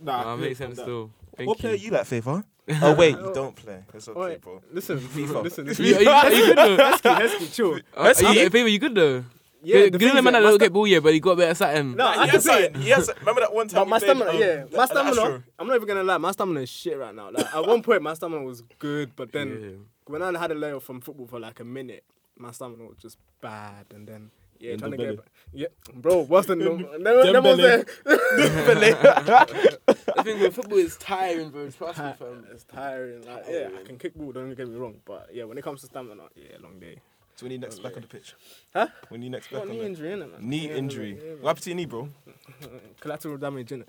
Speaker 6: nah,
Speaker 2: Nah, makes sense
Speaker 6: though.
Speaker 2: though. Thank
Speaker 3: what
Speaker 2: you.
Speaker 3: player you like, Favor? oh wait, you don't play. It's okay,
Speaker 4: Alright,
Speaker 3: bro.
Speaker 4: listen,
Speaker 3: FIFA.
Speaker 4: listen.
Speaker 2: Are you, are you good though?
Speaker 4: Hesky, Hesky, chill.
Speaker 2: Uh, are you, Favour, you good though?
Speaker 4: Yeah,
Speaker 2: good good man that don't get ball yet, but he got a bit of something.
Speaker 4: No, I can
Speaker 3: Yes,
Speaker 4: say
Speaker 3: I,
Speaker 4: it.
Speaker 3: yes. I- Remember that one time?
Speaker 4: But
Speaker 3: we
Speaker 4: my
Speaker 3: played,
Speaker 4: stamina,
Speaker 3: um,
Speaker 4: yeah,
Speaker 3: the-
Speaker 4: my
Speaker 3: the Astro?
Speaker 4: stamina. I'm not even gonna lie, my stamina is shit right now. Like at one point, my stamina was good, but then
Speaker 2: Yeah.
Speaker 4: when I had a layoff from football for like a minute, my stamina was just bad, and then. Yeah,
Speaker 6: In
Speaker 4: trying
Speaker 6: the
Speaker 4: to get
Speaker 6: belly.
Speaker 4: back. Yeah, bro, worse than no, never, never was
Speaker 6: belly.
Speaker 4: there.
Speaker 2: I think with football is tiring, bro. Trust me, fam.
Speaker 4: It's tiring. Like, Oh, yeah, I can kick ball. Don't get me wrong, but yeah, when it comes to stamina, yeah, long day.
Speaker 3: So when you next back on the pitch?
Speaker 4: Huh?
Speaker 3: When you next back
Speaker 4: Got
Speaker 3: on
Speaker 4: knee
Speaker 3: the
Speaker 4: injury, innit, man?
Speaker 3: knee
Speaker 4: Yeah,
Speaker 3: injury?
Speaker 4: yeah,
Speaker 3: What happened to your knee, bro?
Speaker 4: man. Collateral damage, innit?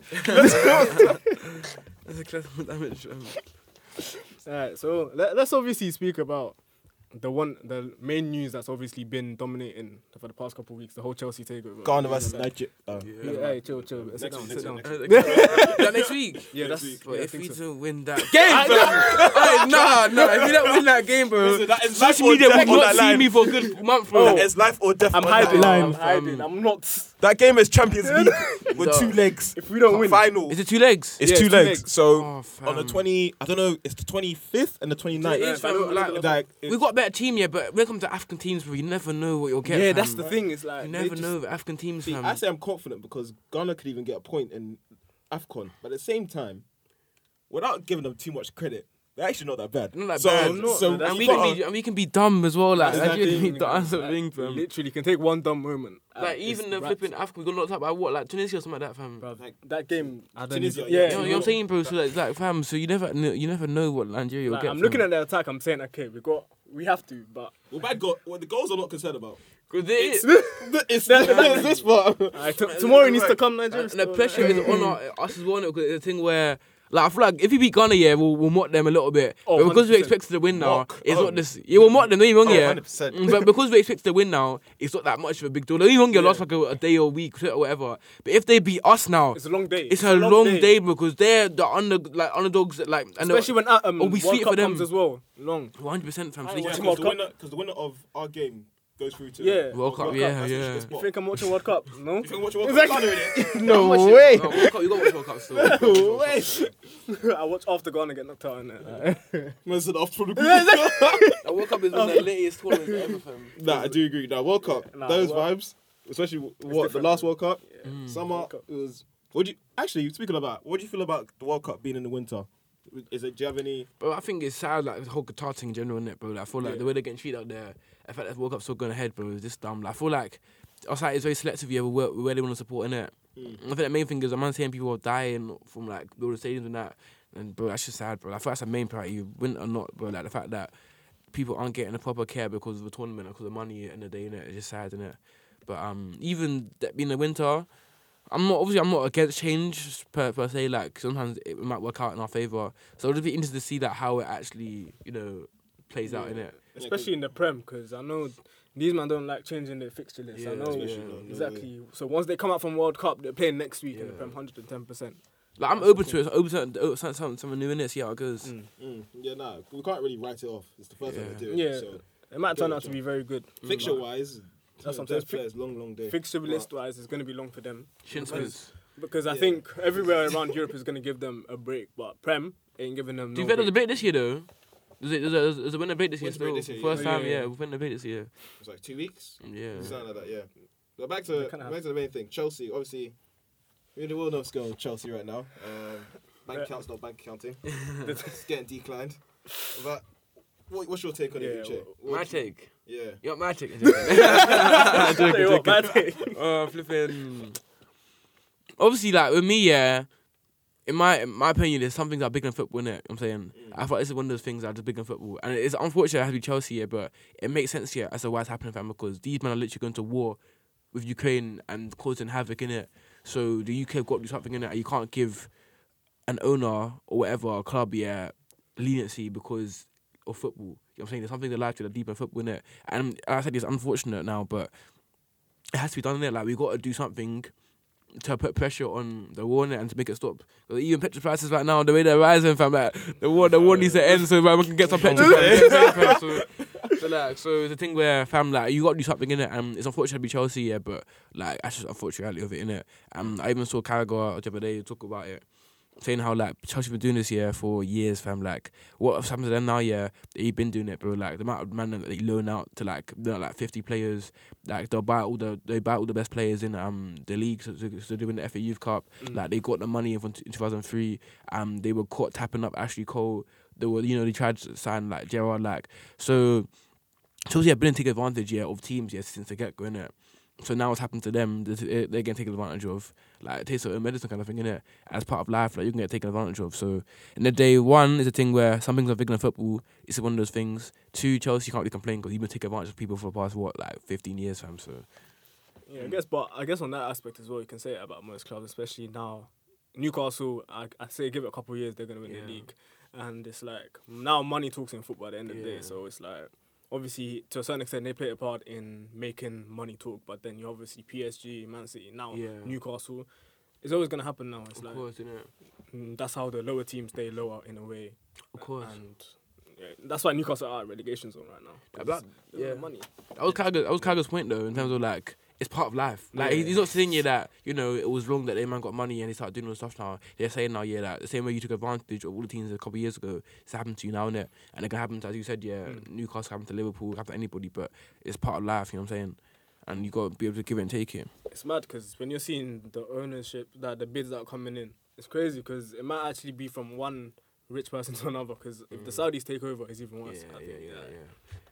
Speaker 2: That's a class of damage. fam.
Speaker 4: Alright, so let, us obviously speak about the one, the main news that's obviously been dominating for the past couple of weeks, the whole Chelsea takeover.
Speaker 3: Ghana versus
Speaker 6: Niger- uh,
Speaker 4: Yeah,
Speaker 2: Yeah.
Speaker 4: hey, chill, chill. Sit down, sit down.
Speaker 2: Uh, next- yeah, next week.
Speaker 4: Yeah, that's.
Speaker 6: week.
Speaker 2: But
Speaker 4: yeah, I
Speaker 2: if
Speaker 4: think
Speaker 2: we
Speaker 4: so.
Speaker 2: don't win that game, bro, nah, nah. If we don't win that game, bro,
Speaker 3: Listen, that is life
Speaker 2: social
Speaker 3: or
Speaker 2: media
Speaker 3: death
Speaker 2: will
Speaker 3: on
Speaker 2: not
Speaker 3: that
Speaker 2: see
Speaker 3: line.
Speaker 2: me for a good month, bro.
Speaker 3: That
Speaker 6: Oh.
Speaker 3: is life or death.
Speaker 4: I'm
Speaker 3: on that
Speaker 4: hiding.
Speaker 3: line.
Speaker 4: I'm
Speaker 2: I'm
Speaker 4: hiding.
Speaker 2: fam.
Speaker 4: I'm not.
Speaker 3: That game is Champions League with
Speaker 2: Duh.
Speaker 3: two legs.
Speaker 4: If we don't win,
Speaker 3: Final.
Speaker 2: Is it two legs?
Speaker 3: It's
Speaker 4: Yeah,
Speaker 3: two
Speaker 4: two
Speaker 3: legs.
Speaker 4: legs.
Speaker 3: So
Speaker 2: Oh,
Speaker 6: on the
Speaker 2: fam.
Speaker 6: twenty, I don't know, it's the twenty fifth and the 29th.
Speaker 2: It is, fam, like-
Speaker 6: like,
Speaker 2: We got a better team, yeah, but when it comes to African teams, bro, you never know what you'll get.
Speaker 4: yeah,
Speaker 2: fam.
Speaker 4: that's the thing. It's like
Speaker 2: You
Speaker 4: they
Speaker 2: never
Speaker 4: just-
Speaker 2: know the African teams,
Speaker 6: see,
Speaker 2: fam.
Speaker 6: I say I'm confident because Ghana could even get a point in Afcon, but at the same time, without giving them too much credit, they're actually not that bad.
Speaker 2: Not that
Speaker 6: so,
Speaker 2: bad.
Speaker 4: Not
Speaker 6: so
Speaker 4: that bad.
Speaker 2: and we
Speaker 6: you
Speaker 2: can
Speaker 6: gotta-
Speaker 2: be and we can be dumb as well, like
Speaker 6: That's
Speaker 2: like,
Speaker 6: the
Speaker 2: you can
Speaker 6: thing,
Speaker 2: be dumb, that's the
Speaker 4: like,
Speaker 2: thing, fam.
Speaker 4: Literally, can take one dumb moment. and
Speaker 2: Like
Speaker 4: it's
Speaker 2: even the
Speaker 4: wrapped.
Speaker 2: flipping Africa, we got knocked out by what, like Tunisia or something like that, fam.
Speaker 4: Bruv,
Speaker 6: Like,
Speaker 4: that game,
Speaker 6: I don't
Speaker 4: Tunisia.
Speaker 6: even-
Speaker 4: Yeah,
Speaker 2: You know, you know what I'm saying, bro? So like, like, fam, so you never, kn- you never know what Nigeria will
Speaker 4: Like,
Speaker 2: get.
Speaker 4: I'm looking at the attack. I'm saying, okay, we got, we have to, but
Speaker 6: well, bad goal. Well, the goals are not concerned about.
Speaker 2: because it's,
Speaker 6: it's this part.
Speaker 4: Alright, t- tomorrow needs to come Nigeria.
Speaker 2: and the pressure is on our, us as well because it's a thing where. Like I feel like if we beat Ghana, yeah, we'll, we'll mock them a little bit.
Speaker 4: Oh,
Speaker 2: but because we're
Speaker 4: 100%.
Speaker 2: expected to win now,
Speaker 3: Mock.
Speaker 2: it's
Speaker 3: Oh.
Speaker 2: not this. Yeah, we'll mock them. Don't get me wrong,
Speaker 3: Oh,
Speaker 2: yeah.
Speaker 3: 100%.
Speaker 2: Mm, But because we're expected to win now, it's not that much of a big deal. Don't get me wrong, yeah, last like a, a day or week or whatever. But if they beat us now,
Speaker 4: It's a long day.
Speaker 2: It's, a, long, day. because they're the under like underdogs that like and
Speaker 4: especially when uh, um,
Speaker 2: Oh, we
Speaker 4: World
Speaker 2: sweet
Speaker 4: Cup
Speaker 2: for them.
Speaker 4: comes as well. Long.
Speaker 2: one hundred percent fam. So
Speaker 4: Yeah,
Speaker 2: you
Speaker 6: Because
Speaker 2: just-
Speaker 4: World
Speaker 6: the,
Speaker 4: Cup.
Speaker 6: winner- 'cause the winner of our game goes through to
Speaker 4: Yeah.
Speaker 2: World Cup, yeah,
Speaker 6: that's literally
Speaker 2: yeah.
Speaker 6: this
Speaker 4: You
Speaker 6: part.
Speaker 4: think I'm watching World Cup? No.
Speaker 6: You think watch World
Speaker 4: Exactly.
Speaker 6: Cup Ghana, innit?
Speaker 2: No way. No, World Cup, you got to watch World Cup still.
Speaker 4: No way. I watch after Ghana get knocked out. Innit?
Speaker 6: Man said after the
Speaker 2: Like, World Cup is one of the latest tournaments ever, fam.
Speaker 6: Nah, I do agree. Nah, World Cup,
Speaker 4: Nah,
Speaker 6: those
Speaker 4: World-
Speaker 6: vibes, especially w- what the
Speaker 4: different,
Speaker 6: last World Cup,
Speaker 2: Mm.
Speaker 6: summer
Speaker 4: World Cup.
Speaker 6: it was. What do you actually speaking about? What do you feel about the World Cup being in the winter? Is it? Do you have any?
Speaker 2: But I think it's sad, like the whole Qatar thing in general, innit, bro? Like, I feel like the way they're getting treated out there, I fact that World Cup's still going ahead, bro, is just dumb. Like, I feel like outside is very selective, yeah, with where, with where they want to support, innit? I think the main thing is, I'm not saying people are dying from like building stadiums and that, and bro, that's just sad, bro. I feel that's the main priority, win or not, bro. Like, the fact that people aren't getting the proper care because of the tournament, because of money and the day, innit? It's just sad, innit? But um, even that being the winter, I'm not obviously I'm not against change per, per se. Like sometimes it might work out in our favor. So it'll be interesting to see that how it actually you know plays out in it.
Speaker 4: Especially in the Prem, because I know these men don't like changing their fixture list. I
Speaker 2: Yeah,
Speaker 4: know
Speaker 2: especially not, no
Speaker 4: exactly. So once they come out from World Cup, they're playing next week in the
Speaker 2: Yeah.
Speaker 4: Prem, hundred and ten percent.
Speaker 2: Like I'm open to it. Open to it, open to something, something new in it. See how it goes.
Speaker 6: Mm, yeah, nah, we can't really write it off. It's the first time
Speaker 2: Yeah. Mm.
Speaker 6: we're doing
Speaker 4: Yeah,
Speaker 6: it. So.
Speaker 4: it
Speaker 6: Doing
Speaker 4: might turn
Speaker 6: their
Speaker 4: out to
Speaker 6: job.
Speaker 4: be very good.
Speaker 6: Fixture wise,
Speaker 4: That's what I'm saying.
Speaker 6: Players, long, long day.
Speaker 4: Fixture
Speaker 6: But
Speaker 4: list wise is going to be long for them
Speaker 2: Shin
Speaker 4: Because-
Speaker 2: suits.
Speaker 4: because I
Speaker 6: Yeah.
Speaker 4: think everywhere around Europe is going to give them a break, but Prem ain't giving
Speaker 2: Do
Speaker 4: them. No
Speaker 2: you think there's a
Speaker 4: break.
Speaker 2: debate this year though? There's a, there's a, there's a winner debate this year
Speaker 6: Winter break
Speaker 2: still.
Speaker 6: this year,
Speaker 2: First
Speaker 4: yeah.
Speaker 2: time,
Speaker 4: Yeah,
Speaker 2: yeah,
Speaker 4: yeah, yeah.
Speaker 2: we've won a debate this year.
Speaker 6: It's like two weeks.
Speaker 2: Yeah.
Speaker 6: Something like that. Yeah. But back to
Speaker 4: kinda
Speaker 6: back to the main thing. Chelsea, obviously, we really will know what's going on with Chelsea right now. Um, bank
Speaker 4: Yeah.
Speaker 6: account's not bank accounting. it's getting declined. But what, what's your take on
Speaker 4: Yeah,
Speaker 6: it, Uche? What
Speaker 2: My
Speaker 6: do you-
Speaker 2: take.
Speaker 6: Yeah.
Speaker 2: Yeah, my take. I'm joking.
Speaker 4: Tell you what, bad day.
Speaker 2: uh, flipping. Obviously, like with me, yeah. In my in my opinion, there's some things that are bigger than football. Innit? I'm saying I thought this is one of those things that are just bigger than football, and it's unfortunate it has to be Chelsea here, but it makes sense here as to why it's happening, fam. Because these men are literally going to war with Ukraine and causing havoc in it. So the UK have got to do something in it, and you can't give an owner or whatever a club yeah leniency because of football. You know what I'm saying? There's something alive to the deep in football in it, and like I said it's unfortunate now, but it has to be done there. Like we got to do something to put pressure on the warner and to make it stop. 'Cause even petrol prices right now, the way they're rising, fam, like the war, the war needs to end so fam, we can get some petrol. fam, you know what I'm saying, fam? so, so like, so it's a thing where fam, like you got to do something in it, and it's unfortunate to be Chelsea, yeah, but like that's just unfortunately of it, in it. Um, I even saw Carragher the other day talk about it. Saying how like Chelsea been doing this year for years, fam. Like what happened to them now? Yeah, they've been doing it, bro. Like the amount of man that they loan out to like they're like fifty players, like they'll buy all the they buy all the best players in um the league. So, so, so they're doing the FA Youth Cup, like they got the money in from t- 2003. Um, they were caught tapping up Ashley Cole. They were you know they tried to sign like Gerard like so. Chelsea have been taking advantage yeah of teams yeah since the get go innit. So now what's happened to them? this- eh, They're getting taken advantage of. Like it tastes of medicine kind of thing innit. As part of life, like you can get taken advantage of. So in the day one is a thing where some things are bigger than football. It's one of those things. Two, Chelsea can't really complain because you've been taking advantage of people for the past what like 15 years, fam. So
Speaker 4: Yeah, I guess, but I guess on that aspect as well, you can say it about most clubs, especially now. Newcastle, I, I say give it a couple of years, they're going to win
Speaker 2: Yeah.
Speaker 4: the league. And it's like, now money talks in football at the end of the
Speaker 2: Yeah.
Speaker 4: day. So it's like, obviously, to a certain extent, they play a part in making money talk, but then you obviously PSG, Man City, now
Speaker 2: Yeah.
Speaker 4: Newcastle. It's always going to happen now. It's like,
Speaker 2: innit?
Speaker 4: mm, that's how the lower teams stay lower in a way.
Speaker 2: Of course.
Speaker 4: And yeah, that's why Newcastle are at relegation zone right now. 'cause
Speaker 2: About-
Speaker 4: there's no
Speaker 2: yeah.
Speaker 4: money.
Speaker 2: That was Kaga's, that was Kaga's point though, in terms of like it's part of life. Like he-
Speaker 4: Yeah.
Speaker 2: he's not saying yeah that you know it was wrong that their man got money and they started doing all this stuff now. They're saying now yeah that the same way you took advantage of all the teams a couple of years ago, it's happened to you now, innit? And it can happen to as you said, yeah,
Speaker 4: Hmm.
Speaker 2: Newcastle happened to Liverpool, it happened to anybody, but it's part of life. You know what I'm saying? And you got to be able to give it and take it.
Speaker 4: It's mad because when you're seeing the ownership that the bids that are coming in, it's crazy because it might actually be from one rich person to another. Because if the
Speaker 2: Mm.
Speaker 4: Saudis take over, it's even worse. I think, like,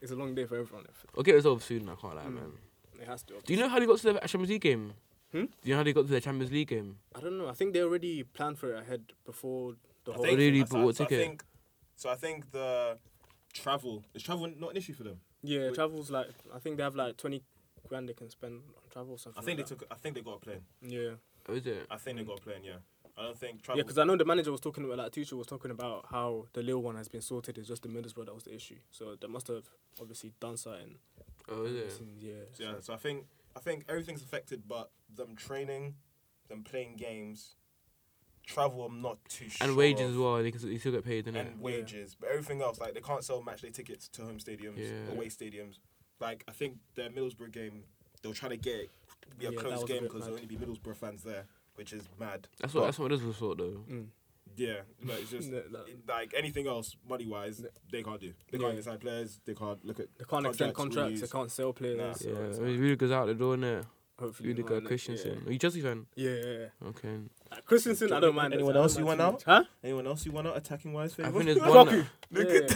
Speaker 4: It's a long day for everyone. If
Speaker 2: We'll get resolved soon. I can't lie,
Speaker 4: Hmm.
Speaker 2: man.
Speaker 4: it has to.
Speaker 2: Do you know how they got to the Champions League game?
Speaker 4: Hmm?
Speaker 2: Do you know how they got to the Champions League game?
Speaker 4: I don't know. I think they already planned for it ahead before the
Speaker 3: I
Speaker 4: whole.
Speaker 3: think-
Speaker 2: Really,
Speaker 3: I-
Speaker 2: but what
Speaker 3: so I
Speaker 2: ticket?
Speaker 3: think- So I think the travel is travel not an issue for them.
Speaker 4: yeah, travel's like I think they have like twenty grand they can spend on travel or
Speaker 3: I
Speaker 4: something.
Speaker 3: think they
Speaker 4: like
Speaker 3: took. I think they got a plane.
Speaker 4: that. Yeah,
Speaker 2: Oh, is it?
Speaker 3: I think they got a plane. Yeah. I don't think
Speaker 4: yeah.
Speaker 3: travel.
Speaker 4: Because I know the manager was talking about like teacher was talking about how the little one has been sorted. It's just the Middlesbrough that was the issue. So they must have obviously done something.
Speaker 2: Oh, is it?
Speaker 4: Yeah.
Speaker 3: So, yeah, so I think I think everything's affected, but them training, them playing games, travel. I'm not too sure.
Speaker 2: And wages
Speaker 3: of,
Speaker 2: as well. They, can, they still get paid, innit?
Speaker 3: And wages, but everything else, like they can't sell matchday tickets to home stadiums,
Speaker 2: Yeah.
Speaker 3: away stadiums. Like I think their Middlesbrough game, they'll try to get it to be a
Speaker 4: Yeah, that
Speaker 3: close
Speaker 4: was a
Speaker 3: game
Speaker 4: bit
Speaker 3: because there'll
Speaker 4: mad.
Speaker 3: only be Middlesbrough fans there, which is mad.
Speaker 2: That's what
Speaker 3: But-
Speaker 2: that's what this was sort though.
Speaker 4: Mm.
Speaker 3: Yeah, no, it's just
Speaker 4: No, no.
Speaker 3: it- like anything else, money wise, they can't do. They
Speaker 4: Yeah.
Speaker 3: can't sign players. They can't look at.
Speaker 4: They can't
Speaker 3: Contracts,
Speaker 4: extend contracts. They
Speaker 3: reuse.
Speaker 4: can't sell players.
Speaker 3: Nah.
Speaker 4: so
Speaker 2: Yeah,
Speaker 4: it's
Speaker 2: I
Speaker 4: like,
Speaker 2: mean, Rudiger's out the door now.
Speaker 4: hopefully you
Speaker 2: Rudiger
Speaker 4: know, like,
Speaker 2: Christensen. Are you Chelsea fan?
Speaker 4: Yeah, yeah. yeah.
Speaker 2: Okay.
Speaker 4: Like, Christensen, I don't mind.
Speaker 3: Anyone
Speaker 4: I don't
Speaker 3: else you
Speaker 4: mind
Speaker 3: want
Speaker 4: too much. Huh?
Speaker 3: Anyone else you want out attacking wise?
Speaker 2: I
Speaker 3: Favour?
Speaker 2: think there's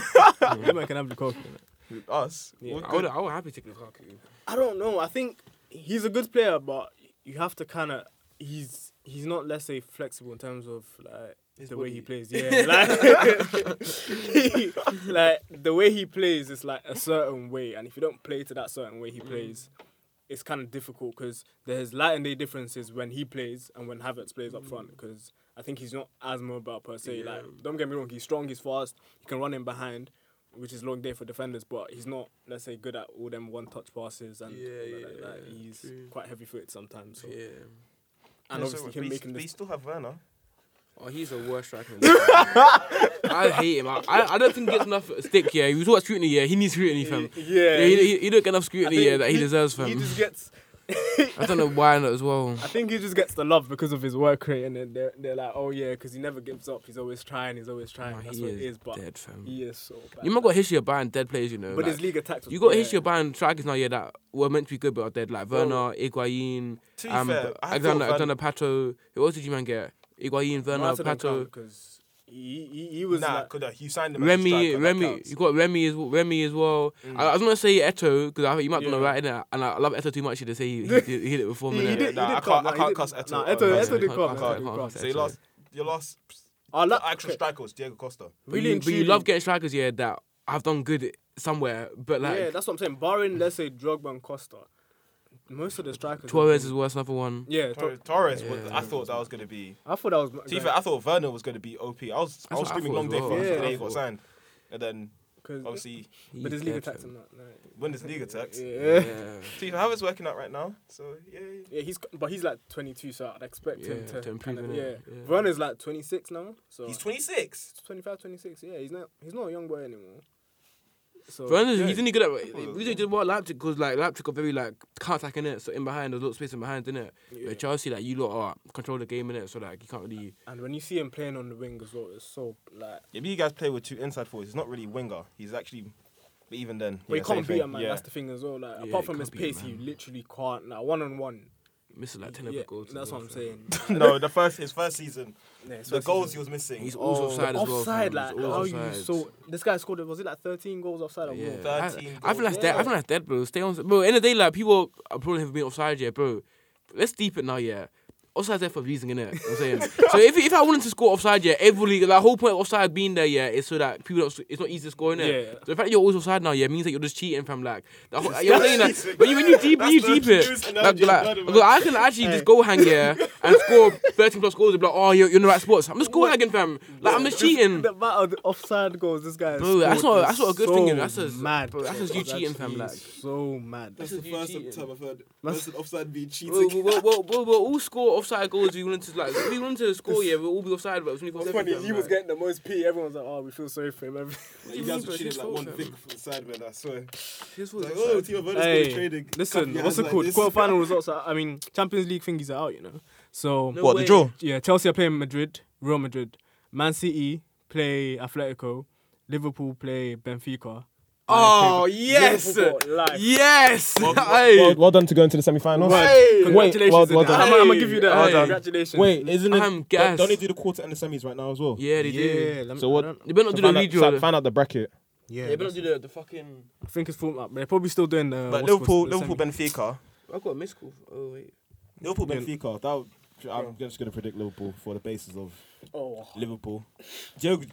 Speaker 2: one.
Speaker 4: Yeah, yeah. You man can have Lukaku.
Speaker 3: Us.
Speaker 4: Yeah.
Speaker 3: We're
Speaker 2: I would
Speaker 3: good.
Speaker 2: I would happy take Lukaku.
Speaker 4: I don't know. I think he's a good player, but you have to kind of he's he's not let's say flexible in terms of like
Speaker 2: His
Speaker 4: the way he
Speaker 2: body.
Speaker 4: plays. Yeah, like, like the way he plays is like a certain way, and if you don't play to that certain way he
Speaker 2: Mm.
Speaker 4: plays, it's kind of difficult because there's light and day differences when he plays and when Havertz plays up front because. I think he's not as mobile per se.
Speaker 2: Mm. Yeah.
Speaker 4: Like, don't get me wrong, he's strong, he's fast, he can run in behind, which is long day for defenders. But he's not, let's say, good at all them one touch passes and
Speaker 2: Yeah,
Speaker 4: all that,
Speaker 2: yeah,
Speaker 4: like, that. He's
Speaker 2: true.
Speaker 4: quite heavy footed sometimes. So.
Speaker 2: Yeah.
Speaker 4: And
Speaker 3: Yeah, so
Speaker 4: obviously,
Speaker 3: but
Speaker 4: him
Speaker 3: you-
Speaker 4: making
Speaker 3: but you
Speaker 4: this.
Speaker 3: still have Werner.
Speaker 2: Oh, he's the worst striker. in the world. I hate him. I, I I don't think he gets enough stick. Yeah, he was what scrutiny. Yeah, he needs scrutiny, fam.
Speaker 4: Yeah,
Speaker 2: Yeah, he, he, he don't get enough
Speaker 4: I
Speaker 2: scrutiny.
Speaker 4: think
Speaker 2: Yeah, that he deserves,
Speaker 4: He
Speaker 2: fam.
Speaker 4: just gets.
Speaker 2: I don't know why not as well.
Speaker 4: I think he just gets the love because of his work rate, and then they're, they're like, oh yeah, because he never gives up. He's always trying. He's always trying.
Speaker 2: Nah,
Speaker 4: That's
Speaker 2: he
Speaker 4: what it is. But
Speaker 2: dead, fam.
Speaker 4: he is so bad.
Speaker 2: You might got a history of buying dead players, you know.
Speaker 4: but
Speaker 2: like-
Speaker 4: his league attacks. was-
Speaker 2: You got a
Speaker 4: yeah.
Speaker 2: history of buying strikers now, yeah, that were meant to be good but are dead, like Werner, Iguain,
Speaker 3: To be
Speaker 2: um,
Speaker 3: fair, I had
Speaker 2: Alexander,
Speaker 3: thought Werner-
Speaker 2: Alexander Pato. Who else did you man get? Iguain, Werner,
Speaker 4: Morata don't
Speaker 2: Pato,
Speaker 4: because he, he, he was
Speaker 3: nah,
Speaker 4: like,
Speaker 3: could have. You signed him. as a
Speaker 2: Remy,
Speaker 3: striker, that
Speaker 2: Remy.
Speaker 3: counts.
Speaker 2: You got Remy as well, Remy as well. I, I was gonna say Eto because you might not know
Speaker 4: Mm. Yeah.
Speaker 2: right in it, and I love Eto too much to say he, he, did- he hit it before
Speaker 4: He
Speaker 2: me.
Speaker 4: did- he
Speaker 3: Nah, I can't-
Speaker 4: did come,
Speaker 3: I
Speaker 4: nah,
Speaker 3: can't
Speaker 4: he did-
Speaker 3: cuss Eto
Speaker 4: Nah,
Speaker 3: out.
Speaker 4: Eto,
Speaker 3: I
Speaker 4: Eto did
Speaker 2: can't-
Speaker 4: come.
Speaker 2: I can't-
Speaker 4: Eto did
Speaker 2: I can't
Speaker 4: come.
Speaker 2: say
Speaker 3: So you
Speaker 2: Eto.
Speaker 3: lost. You lost.
Speaker 4: I like
Speaker 3: Actual striker was Diego Costa.
Speaker 2: But
Speaker 4: really
Speaker 2: you, but you love
Speaker 4: intriguing.
Speaker 2: getting strikers, yeah, that have done good somewhere, but like
Speaker 4: yeah, that's what I'm saying. Barring let's say Drogba and Costa, most of the strikers.
Speaker 2: Torres is worse, another one.
Speaker 4: Yeah,
Speaker 3: Torres.
Speaker 4: Tor-
Speaker 3: Torres was,
Speaker 2: Yeah.
Speaker 3: I thought that was gonna be.
Speaker 4: I thought that was.
Speaker 3: To be fair, I thought Werner was going to be OP. I was I
Speaker 2: That's
Speaker 3: was
Speaker 2: what I
Speaker 3: screaming
Speaker 2: thought
Speaker 3: long
Speaker 2: as
Speaker 3: day
Speaker 2: well.
Speaker 3: for him
Speaker 4: Yeah.
Speaker 3: today he
Speaker 2: I
Speaker 3: got
Speaker 2: thought.
Speaker 3: signed, and then
Speaker 4: Because
Speaker 3: Obviously,
Speaker 4: but there's legal tax and that. Like,
Speaker 3: Bundesliga tax.
Speaker 4: yeah. yeah.
Speaker 2: Yeah.
Speaker 3: See how it's working out right now. So yeah,
Speaker 4: he's but he's like 22, so I'd expect
Speaker 2: Yeah,
Speaker 4: him to,
Speaker 2: to improve,
Speaker 4: kinda-
Speaker 2: innit?
Speaker 4: yeah.
Speaker 2: Yeah.
Speaker 4: Verona's like 26 now, so
Speaker 3: he's 26.
Speaker 4: 25, 26. Yeah, he's not he's not a young boy anymore. So
Speaker 2: For instance, he's only good at we did did well at Leipzig because like Leipzig are very like counter attacking it, so in behind there's a lot of space in behind, innit?
Speaker 4: yeah.
Speaker 2: But Chelsea like you lot are control the game in it, so like you can't really
Speaker 4: and when you see him playing on the wing as well, it's so like
Speaker 3: Yeah, but you guys play with two inside forwards. He's not really winger. He's actually, but even then, yeah,
Speaker 4: But you can't
Speaker 3: same
Speaker 4: beat
Speaker 3: thing.
Speaker 4: him, man.
Speaker 3: Yeah.
Speaker 4: That's the thing as well.
Speaker 2: Yeah,
Speaker 4: Like apart
Speaker 2: you
Speaker 4: from
Speaker 2: can't
Speaker 4: his
Speaker 2: beat him,
Speaker 4: pace, you
Speaker 2: man.
Speaker 4: literally can't. Like one on one.
Speaker 2: miss like ten of
Speaker 4: Yeah,
Speaker 2: the goals.
Speaker 4: that's what I'm saying.
Speaker 3: no, the first his first season,
Speaker 4: Yeah, so
Speaker 3: the
Speaker 4: it's-
Speaker 3: goals he was missing.
Speaker 2: He's
Speaker 4: Oh,
Speaker 2: also offside as well.
Speaker 4: offside,
Speaker 2: fam.
Speaker 4: like
Speaker 2: He's
Speaker 4: how
Speaker 2: always
Speaker 4: you
Speaker 2: offside.
Speaker 4: so this guy scored this- was it like 13 goals offside? or
Speaker 2: Yeah.
Speaker 4: more?
Speaker 2: I, I
Speaker 3: 13
Speaker 2: feel like that's dead. I feel like
Speaker 4: goals.
Speaker 2: that's dead, bro. Stay on, bro. End of the day, like people applauding him for being offside, yeah, bro. Let's deep it now, yeah. Offside's there for a reason, innit? You know what I'm saying. so if if I wanted to score offside, yeah, every the whole point of offside being there, yeah, is so that people don't, it's not easy to score, innit?
Speaker 4: Yeah.
Speaker 2: So the fact that you're always offside now, yeah, means that you're just cheating from like. The whole, you know what I'm saying? Like, when you when you deep when you
Speaker 3: That's the
Speaker 2: deep it,
Speaker 3: cutest
Speaker 2: like,
Speaker 3: analogy I've
Speaker 2: like,
Speaker 3: heard in my
Speaker 2: because I can actually just go hang here and score 13 plus goals and be like, oh, you're, you're in the right spots. I'm just go hanging, fam. Like I'm just cheating.
Speaker 4: The amount of offside goals this guy. has
Speaker 2: Bro, that's
Speaker 4: scored
Speaker 2: not-
Speaker 4: is
Speaker 2: that's not a good
Speaker 4: so
Speaker 2: thing, you know. That's just-
Speaker 4: mad.
Speaker 2: bro, that's just you
Speaker 4: It's
Speaker 2: cheating, fam,
Speaker 4: actually
Speaker 2: like.
Speaker 4: so mad.
Speaker 6: That's
Speaker 2: This
Speaker 6: the
Speaker 2: is
Speaker 6: first
Speaker 2: cheating.
Speaker 6: time I've heard
Speaker 4: That's-
Speaker 6: person offside being cheating.
Speaker 2: We'll, we'll, we'll, we'll, we'll all score offside goals if we wanted to like if we wanted to score yeah we'll all be offside but it's only for
Speaker 4: Funny, he was getting the most pee. Everyone's like, "Oh, we feel sorry for him."
Speaker 6: you
Speaker 2: mean,
Speaker 6: guys were
Speaker 2: bro?
Speaker 6: cheating
Speaker 2: It's
Speaker 6: like
Speaker 2: so
Speaker 6: one
Speaker 2: fair.
Speaker 6: thing from the side, man. I swear.
Speaker 2: his was
Speaker 6: Like, oh,
Speaker 2: offside.
Speaker 6: Timo Werner's
Speaker 4: Hey,
Speaker 6: hey, trading.
Speaker 4: listen,
Speaker 6: Couple
Speaker 4: what's
Speaker 6: guys
Speaker 4: it
Speaker 6: like
Speaker 4: called?
Speaker 6: this.
Speaker 4: Quarter final results. Are, I mean, Champions League thingies are out, you know. So
Speaker 2: No What, the way. draw?
Speaker 4: Yeah, Chelsea are playing Madrid, Real Madrid, Man City play Atletico, Liverpool play Benfica.
Speaker 2: oh yes
Speaker 4: Liverpool got life.
Speaker 2: yes
Speaker 7: Well,
Speaker 2: hey
Speaker 7: well done to go into the semi-final.
Speaker 4: Congratulations!
Speaker 7: well- well
Speaker 4: innit?
Speaker 7: done.
Speaker 4: I'm, I'm gonna give you that.
Speaker 2: Well done.
Speaker 4: Congratulations.
Speaker 7: Wait, isn't it?
Speaker 2: I'm gassed
Speaker 6: Don't they do the quarter and the semis right now as well?
Speaker 2: yeah they do
Speaker 4: let me-
Speaker 7: So what-
Speaker 4: I don't-
Speaker 2: they better not
Speaker 7: so
Speaker 2: do the
Speaker 7: find, out, so
Speaker 2: redraw
Speaker 7: find out the bracket.
Speaker 2: they better not do the the fucking
Speaker 4: I think it's form up. They're probably still doing the.
Speaker 3: but
Speaker 4: what's it called,
Speaker 3: Liverpool,
Speaker 4: the
Speaker 3: Liverpool,
Speaker 4: semi.
Speaker 3: Benfica.
Speaker 2: I got a missed call oh wait
Speaker 6: Liverpool, Benfica. That would, I'm just going to predict Liverpool for the basis of
Speaker 4: Oh,
Speaker 6: Liverpool.
Speaker 3: Diogo-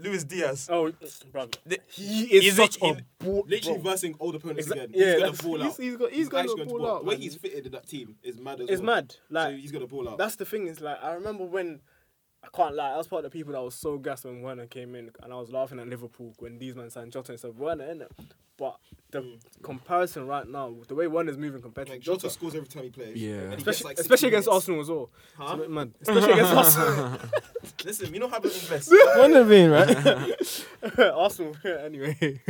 Speaker 3: Luis Diaz.
Speaker 4: oh, bro. He is,
Speaker 3: He's
Speaker 4: such
Speaker 3: lit-
Speaker 4: a ball.
Speaker 6: Oh, Literally
Speaker 4: bro.
Speaker 6: versing old opponents
Speaker 4: Exa-
Speaker 6: again.
Speaker 4: yeah,
Speaker 6: he's going
Speaker 4: that's-
Speaker 6: to ball
Speaker 4: he's-
Speaker 6: out.
Speaker 4: he's got- he's gonna
Speaker 6: actually
Speaker 4: ball out,
Speaker 6: The way
Speaker 4: man.
Speaker 6: he's fitted in that team is mad as
Speaker 4: It's
Speaker 6: well.
Speaker 4: mad. Like
Speaker 6: so he's going to ball out.
Speaker 4: That's the thing is like I remember when I can't lie. I was part of the people that was so gassed when Werner came in, and I was laughing at Liverpool when these men signed Jota instead of Werner, innit? But the comparison right now, the way Werner's moving compared
Speaker 6: Hmm. like
Speaker 4: to Jota,
Speaker 6: Jota scores every time he plays.
Speaker 2: Yeah.
Speaker 6: And he gets,
Speaker 4: especially,
Speaker 6: like, 60
Speaker 4: especially against
Speaker 6: minutes.
Speaker 4: Arsenal as well.
Speaker 6: Huh?
Speaker 4: It's a bit mad. Especially against Arsenal.
Speaker 3: Listen, you know how to invest.
Speaker 7: One of them, right?
Speaker 4: Arsenal. anyway,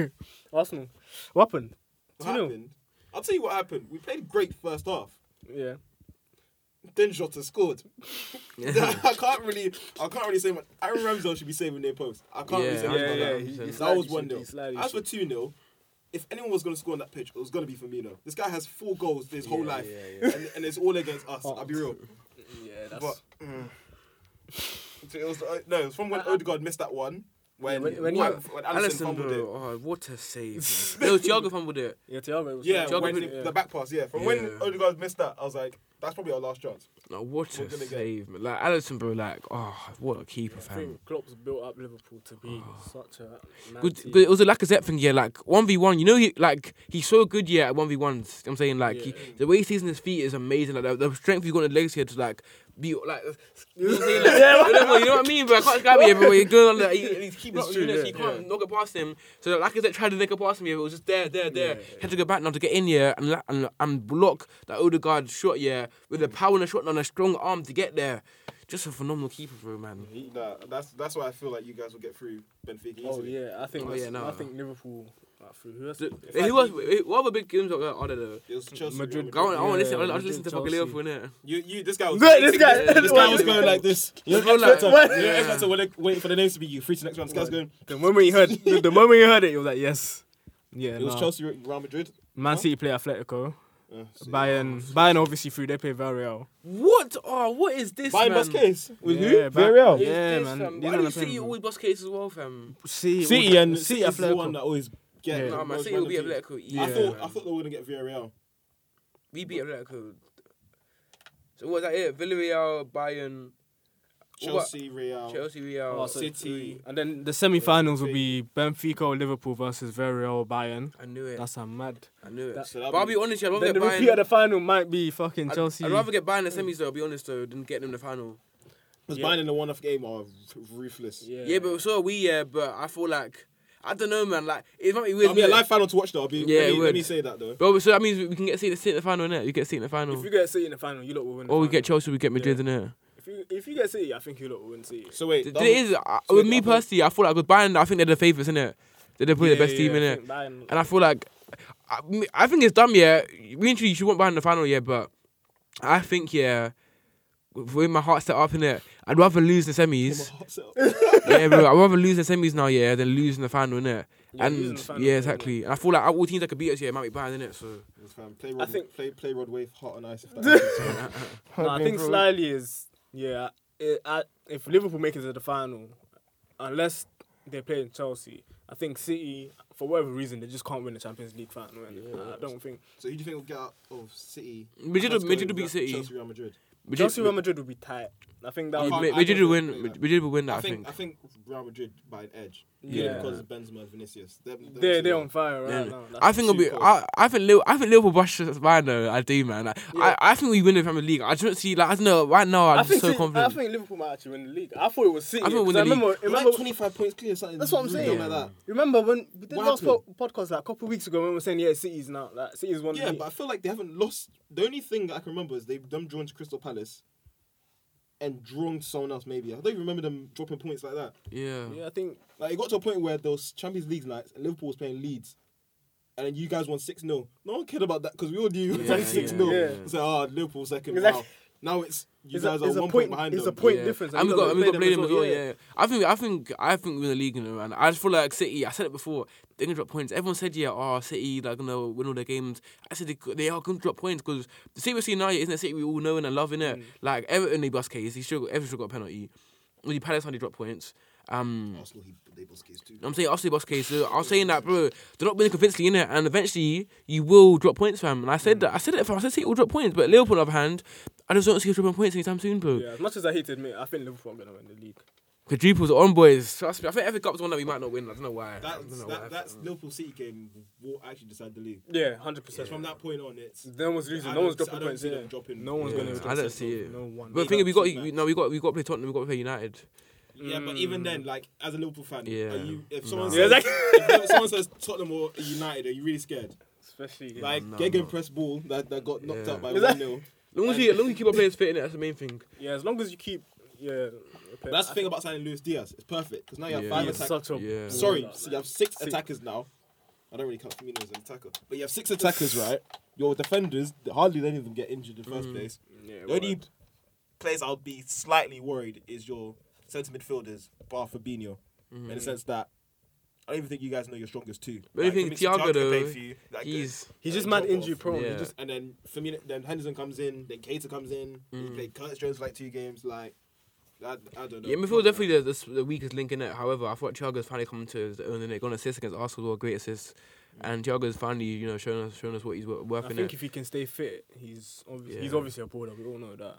Speaker 4: Arsenal. What happened?
Speaker 6: What
Speaker 4: 2-0.
Speaker 6: happened? I'll tell you what happened. We played great first half.
Speaker 4: Yeah.
Speaker 6: Then Jota scored. I can't really, I can't really say much. Aaron Ramsdale should be saving their post. I can't really
Speaker 2: Yeah,
Speaker 6: say much
Speaker 4: Yeah,
Speaker 6: about
Speaker 4: yeah.
Speaker 6: that.
Speaker 4: he- he
Speaker 2: That
Speaker 6: That
Speaker 4: slightly
Speaker 6: was
Speaker 4: should-
Speaker 6: one
Speaker 4: he
Speaker 6: 0
Speaker 4: slightly
Speaker 6: As
Speaker 4: should.
Speaker 6: for two 0 if anyone was going to score on that pitch, it was going to be Firmino. This guy has four goals his whole life, And, and it's all against us. I'll be real.
Speaker 4: Yeah, that's.
Speaker 6: But mm. it was uh, no, it was from when Odegaard missed that one. When
Speaker 4: Yeah, when- when
Speaker 6: when,
Speaker 4: he-
Speaker 6: when Alisson
Speaker 2: Alisson
Speaker 6: fumbled it.
Speaker 2: bro oh what a save bro. no Thiago fumbled it
Speaker 4: yeah, Thiago was
Speaker 6: Yeah,
Speaker 2: Thiago
Speaker 6: when
Speaker 2: put it-
Speaker 6: the, the back pass. Yeah, from when
Speaker 2: Yeah.
Speaker 6: Odegaard missed that, I was like, that's probably our last chance.
Speaker 2: no what
Speaker 6: We're
Speaker 2: a
Speaker 6: gonna get-
Speaker 2: save man. like Alisson bro like oh what a keeper
Speaker 4: I
Speaker 2: fam
Speaker 4: think Klopp's built up Liverpool to be such a. mad
Speaker 2: Good,
Speaker 4: team.
Speaker 2: but it was a Lacazette thing, yeah. Like one v one, you know, he like he's so good, yeah, at one v ones. I'm saying, like he,
Speaker 4: Yeah.
Speaker 2: the way he sees in his feet is amazing. Like the, the strength he's got in his legs here to like be like, you know what I'm saying? Like, you, know, what- you know what I mean? But I can't grab it everywhere. He's doing all that. He, he's keeping up
Speaker 4: true,
Speaker 2: units.
Speaker 4: yeah,
Speaker 2: he can't knock it past him. So like, Lacazette tried to nick it past him. Yeah, but it was just there, there, there.
Speaker 4: Yeah,
Speaker 2: He had to go back now to get in here and la- and, and block that Odegaard shot. Yeah, with the power in the shot and a strong arm to get there. Just a phenomenal keeper, bro, man.
Speaker 6: He, nah, that's that's why I feel like you guys will get through Benfica.
Speaker 4: Oh
Speaker 6: easily.
Speaker 4: yeah, I think
Speaker 2: Oh,
Speaker 4: that's-
Speaker 2: yeah, no,
Speaker 4: I
Speaker 2: no.
Speaker 4: think Liverpool like, through who else?
Speaker 2: Who
Speaker 6: I
Speaker 2: was? What other big games are there though?
Speaker 6: It was Chelsea.
Speaker 4: Madrid
Speaker 6: Real
Speaker 2: Go on, I want to
Speaker 4: Yeah,
Speaker 2: listen. I want to
Speaker 4: Madrid,
Speaker 2: listen to
Speaker 4: Chelsea.
Speaker 2: Pagliaropo innit?
Speaker 6: You, you, this guy was.
Speaker 4: Look, this guy-
Speaker 6: this guy was going like this.
Speaker 2: You
Speaker 6: You
Speaker 2: know,
Speaker 6: know,
Speaker 2: like-
Speaker 6: next one,
Speaker 2: Yeah.
Speaker 6: you know, next one, wait, wait for the names to be you. Free to next one. This guy's going.
Speaker 4: the moment you heard, the, the moment you heard it, you was like, yes, yeah.
Speaker 6: It was
Speaker 4: nah.
Speaker 6: Chelsea, Real Madrid.
Speaker 4: Man City play Atletico.
Speaker 6: Uh,
Speaker 4: Bayern, Bayern obviously through. They play Villarreal.
Speaker 2: What? Oh, what is this?
Speaker 6: Bayern
Speaker 2: man?
Speaker 6: bus case.
Speaker 7: With
Speaker 4: yeah,
Speaker 7: who?
Speaker 4: Bayern-
Speaker 7: Villarreal?
Speaker 4: Yeah,
Speaker 2: This,
Speaker 4: man.
Speaker 2: Fam.
Speaker 4: These
Speaker 2: Why
Speaker 4: are
Speaker 2: do
Speaker 4: the
Speaker 2: you City
Speaker 4: same-
Speaker 2: always bus case as well, fam?
Speaker 4: City,
Speaker 7: City
Speaker 4: all-
Speaker 7: and-
Speaker 4: City
Speaker 6: It's the one
Speaker 4: Atletico.
Speaker 6: that always get.
Speaker 4: Yeah.
Speaker 6: the
Speaker 2: Nah, man,
Speaker 6: most
Speaker 2: City will be
Speaker 6: random
Speaker 2: Atletico.
Speaker 6: team.
Speaker 2: Yeah,
Speaker 6: I thought I
Speaker 2: man.
Speaker 6: thought they were gonna get Villarreal.
Speaker 2: we beat Atletico. So was that it? Villarreal, Bayern, What
Speaker 6: Chelsea, Real.
Speaker 2: about Chelsea, Real,
Speaker 4: Oh, so-
Speaker 6: City.
Speaker 4: And then the semi-finals will be Benfica or Liverpool versus Villarreal or Bayern.
Speaker 2: I knew it.
Speaker 4: That's a mad.
Speaker 2: I knew it.
Speaker 6: So
Speaker 2: but
Speaker 6: that'd
Speaker 2: I'll
Speaker 6: be-
Speaker 2: be honest, yeah, I'd rather
Speaker 4: Then
Speaker 2: get
Speaker 4: the repeat of
Speaker 2: Bayern.
Speaker 4: the final might be fucking
Speaker 2: I'd-
Speaker 4: Chelsea.
Speaker 2: I'd rather get Bayern in the semis though. I'll be honest though, than get them in the final.
Speaker 6: Because
Speaker 4: Yeah.
Speaker 6: Bayern in the one-off game are ruthless.
Speaker 2: Yeah, but so are we. Yeah, but I feel like. I I don't know, man. Like it might be weird.
Speaker 6: It'll be a
Speaker 2: innit?
Speaker 6: live final to watch, though. I'll be,
Speaker 2: Yeah,
Speaker 6: let,
Speaker 2: it
Speaker 6: me, let
Speaker 2: would.
Speaker 6: me say that, though.
Speaker 2: But obviously that means we can get City to sit in the final, innit? We get City in the final.
Speaker 4: If you get City in the final, you lot will win. the
Speaker 2: Or Oh, we
Speaker 4: final.
Speaker 2: get Chelsea, we get Madrid, innit?
Speaker 4: If you if you get City, I think you lot will win City.
Speaker 6: So, wait.
Speaker 2: Th-
Speaker 6: that
Speaker 2: It
Speaker 6: was-
Speaker 2: is. I-
Speaker 6: so
Speaker 2: With
Speaker 6: that
Speaker 2: me
Speaker 6: was-
Speaker 2: personally, I feel like with Bayern, I think they're the favourites, innit? They're probably the best team,
Speaker 4: yeah, I
Speaker 2: innit?
Speaker 4: think Bayern-
Speaker 2: And I feel like I, me- I think it's dumb, yeah. We you should want Bayern in the final, yeah, but I think yeah, with with my heart set up in it, I'd rather lose the semis. yeah, bro, I'd rather lose the semis now, yeah, than lose in the final, innit?
Speaker 4: Yeah, losing
Speaker 2: and
Speaker 4: the final,
Speaker 2: yeah,
Speaker 4: yeah.
Speaker 2: exactly. And I feel like all teams that could beat us, yeah, might be Bayern, innit? So
Speaker 6: It's fine. Play Rod,
Speaker 4: think-
Speaker 6: play, play Rod Wave hot on ice. If that
Speaker 4: No, I think Slightly is yeah. It, I, if Liverpool make it to the final, unless they're playing Chelsea, I think City for whatever reason they just can't win the Champions League final. innit? I don't think
Speaker 6: so who do you think will get out of City?
Speaker 2: Madrid, will-
Speaker 6: Let's go
Speaker 2: Madrid will
Speaker 6: with
Speaker 2: beat
Speaker 6: that.
Speaker 2: City.
Speaker 6: Chelsea, Real Madrid.
Speaker 2: Madrid,
Speaker 4: Chelsea Real Madrid will be tight. I think that
Speaker 6: I
Speaker 2: Ma-
Speaker 4: would
Speaker 6: can't-
Speaker 4: be,
Speaker 6: I
Speaker 2: Madrid
Speaker 6: don't
Speaker 2: will
Speaker 6: think
Speaker 2: win.
Speaker 6: they like-
Speaker 2: Madrid will win that.
Speaker 6: I think I think Real Madrid by an edge.
Speaker 4: Yeah.
Speaker 6: because of Benzema and Vinicius. They're, they're
Speaker 4: they're
Speaker 6: two-
Speaker 4: they're on fire right
Speaker 2: Yeah.
Speaker 4: now. That's
Speaker 2: I think it'll be.
Speaker 6: Super.
Speaker 2: I, I think Liverpool. I think Liverpool brush us by though. I do, man. I,
Speaker 4: Yeah.
Speaker 2: I, I think we win the Premier League. I just don't see like I don't know. Right now, I'm
Speaker 4: I
Speaker 2: just
Speaker 4: think
Speaker 2: so
Speaker 4: City-
Speaker 2: confident.
Speaker 4: I think Liverpool might actually win the league. I thought it was City.
Speaker 2: I thought we'll
Speaker 4: 'cause
Speaker 2: win
Speaker 4: I
Speaker 2: the league.
Speaker 4: remember,
Speaker 6: We're
Speaker 4: remember,
Speaker 6: like 25 points clear. Something
Speaker 4: That's what I'm saying.
Speaker 6: Like that.
Speaker 4: remember when we did
Speaker 6: What
Speaker 4: last po-
Speaker 6: happened?
Speaker 4: podcast like a couple of weeks ago when we were saying yeah, City's now like City's won
Speaker 6: Yeah,
Speaker 4: the league.
Speaker 6: but I feel like they haven't lost. The only thing that I can remember is they've them drawn to Crystal Palace and drawn to someone else. Maybe I don't even remember them dropping points like that.
Speaker 2: yeah.
Speaker 4: yeah, I think
Speaker 6: Like it got to a point where there was Champions League nights and Liverpool was playing Leeds. And then you guys won 6 0. No one cared about that because we all knew it was
Speaker 2: Yeah,
Speaker 6: like 6 0.
Speaker 4: yeah, yeah.
Speaker 6: So, ah, Liverpool second.
Speaker 4: Exactly.
Speaker 6: Wow. Now it's, you
Speaker 4: It's a-
Speaker 6: guys are
Speaker 4: it's a
Speaker 6: one point,
Speaker 4: point-
Speaker 6: behind
Speaker 4: it's
Speaker 6: them.
Speaker 4: a point
Speaker 2: yeah.
Speaker 4: difference,
Speaker 2: And
Speaker 4: and
Speaker 2: we
Speaker 4: you
Speaker 2: got
Speaker 4: lot
Speaker 2: we got
Speaker 4: play
Speaker 2: play them as well. Yeah. I think I think I think we win the league, you know, man. I just feel like City. I said it before. They're gonna drop points. Everyone said yeah, oh City like gonna win all their games. I said they, could- they are gonna drop points because the City we see now yeah, isn't the City we all know and love in it. Like Everton they bust case. He still got, Everton still got a penalty. When you Palace, how they drop points. Um,
Speaker 6: Arsenal, he, they both case too.
Speaker 2: I'm saying obviously boss case. So I was saying that, bro, they're not winning convincingly, innit? And eventually you will drop points, fam. And I said that I said it for I said City will drop points, but Liverpool on the other hand, I just don't see us dropping points anytime soon, bro.
Speaker 4: yeah. As much as I hate to admit, I think Liverpool are gonna win the league.
Speaker 2: Quadruples on boys. Trust me. I think every cup's one that we might not win. I don't know why. I don't
Speaker 6: That's,
Speaker 2: know why.
Speaker 6: that, that's Liverpool City game will actually decide the league.
Speaker 4: Yeah, hundred
Speaker 6: So
Speaker 4: percent.
Speaker 6: from
Speaker 2: Mm.
Speaker 6: that point on, it's.
Speaker 4: No one's losing.
Speaker 6: I
Speaker 4: No one's
Speaker 6: don't-
Speaker 4: dropping
Speaker 6: I don't
Speaker 4: points.
Speaker 6: see
Speaker 4: yeah.
Speaker 6: them dropping.
Speaker 4: No one's
Speaker 6: Yeah,
Speaker 4: gonna.
Speaker 2: I don't
Speaker 4: drop
Speaker 2: see it.
Speaker 4: No one.
Speaker 2: but the thing is, we got
Speaker 6: Liverpool-
Speaker 2: no, we got we got to play Tottenham. We got to play United.
Speaker 6: Yeah,
Speaker 4: Mm.
Speaker 6: but even then, like, as a Liverpool fan,
Speaker 2: Yeah.
Speaker 6: are you, if
Speaker 2: No.
Speaker 6: someone,
Speaker 4: yeah,
Speaker 6: says,
Speaker 4: like,
Speaker 6: if someone says Tottenham or United, are you really scared?
Speaker 4: especially yeah.
Speaker 6: like,
Speaker 2: no,
Speaker 6: Gegen
Speaker 2: no.
Speaker 6: press ball that, that got knocked
Speaker 2: Yeah.
Speaker 6: out by
Speaker 4: Is that-
Speaker 6: 1 0.
Speaker 2: As long as you, as long as you keep our players fit in it, that's the main thing.
Speaker 4: yeah. As long as you keep yeah. okay,
Speaker 6: That's
Speaker 4: I
Speaker 6: the thing about signing Luis Diaz. It's perfect because now you have
Speaker 2: Yeah.
Speaker 6: five
Speaker 4: think it's
Speaker 6: attackers.
Speaker 4: such a
Speaker 2: Yeah.
Speaker 6: Sorry, so you have six,
Speaker 4: Six.
Speaker 6: attackers now. I don't really count Firmino as an attacker, but you have six attackers, right? Your defenders hardly any of them get injured in the
Speaker 2: Mm.
Speaker 6: first place.
Speaker 4: Yeah,
Speaker 6: The only place I'll be slightly worried is your centre midfielders, bar Fabinho, in
Speaker 2: Mm-hmm.
Speaker 6: the sense that I don't even think you guys know your strongest two.
Speaker 2: But you
Speaker 6: Like,
Speaker 2: think
Speaker 6: Fabinho-
Speaker 2: Thiago
Speaker 3: Thiago
Speaker 2: though,
Speaker 3: play for you, like,
Speaker 2: he's
Speaker 4: he's just
Speaker 6: Uh,
Speaker 4: mad
Speaker 6: drop off.
Speaker 4: injury prone.
Speaker 2: Yeah.
Speaker 4: He just
Speaker 6: and then Firmino, then Henderson comes in, then Cater comes in.
Speaker 2: Mm.
Speaker 6: He played Curtis Jones for like two games. Like, I, I don't know.
Speaker 2: yeah. Midfield definitely the, the, the weakest link in it. However, I thought Thiago's finally coming to his own in it. Got an assist against Arsenal, great assist. And Thiago's finally, you know, showing us showing us what he's wor- worth
Speaker 4: I
Speaker 2: in
Speaker 4: think
Speaker 2: it.
Speaker 4: if he can stay fit, he's obviously he's
Speaker 2: Yeah.
Speaker 4: obviously a baller. We all know that.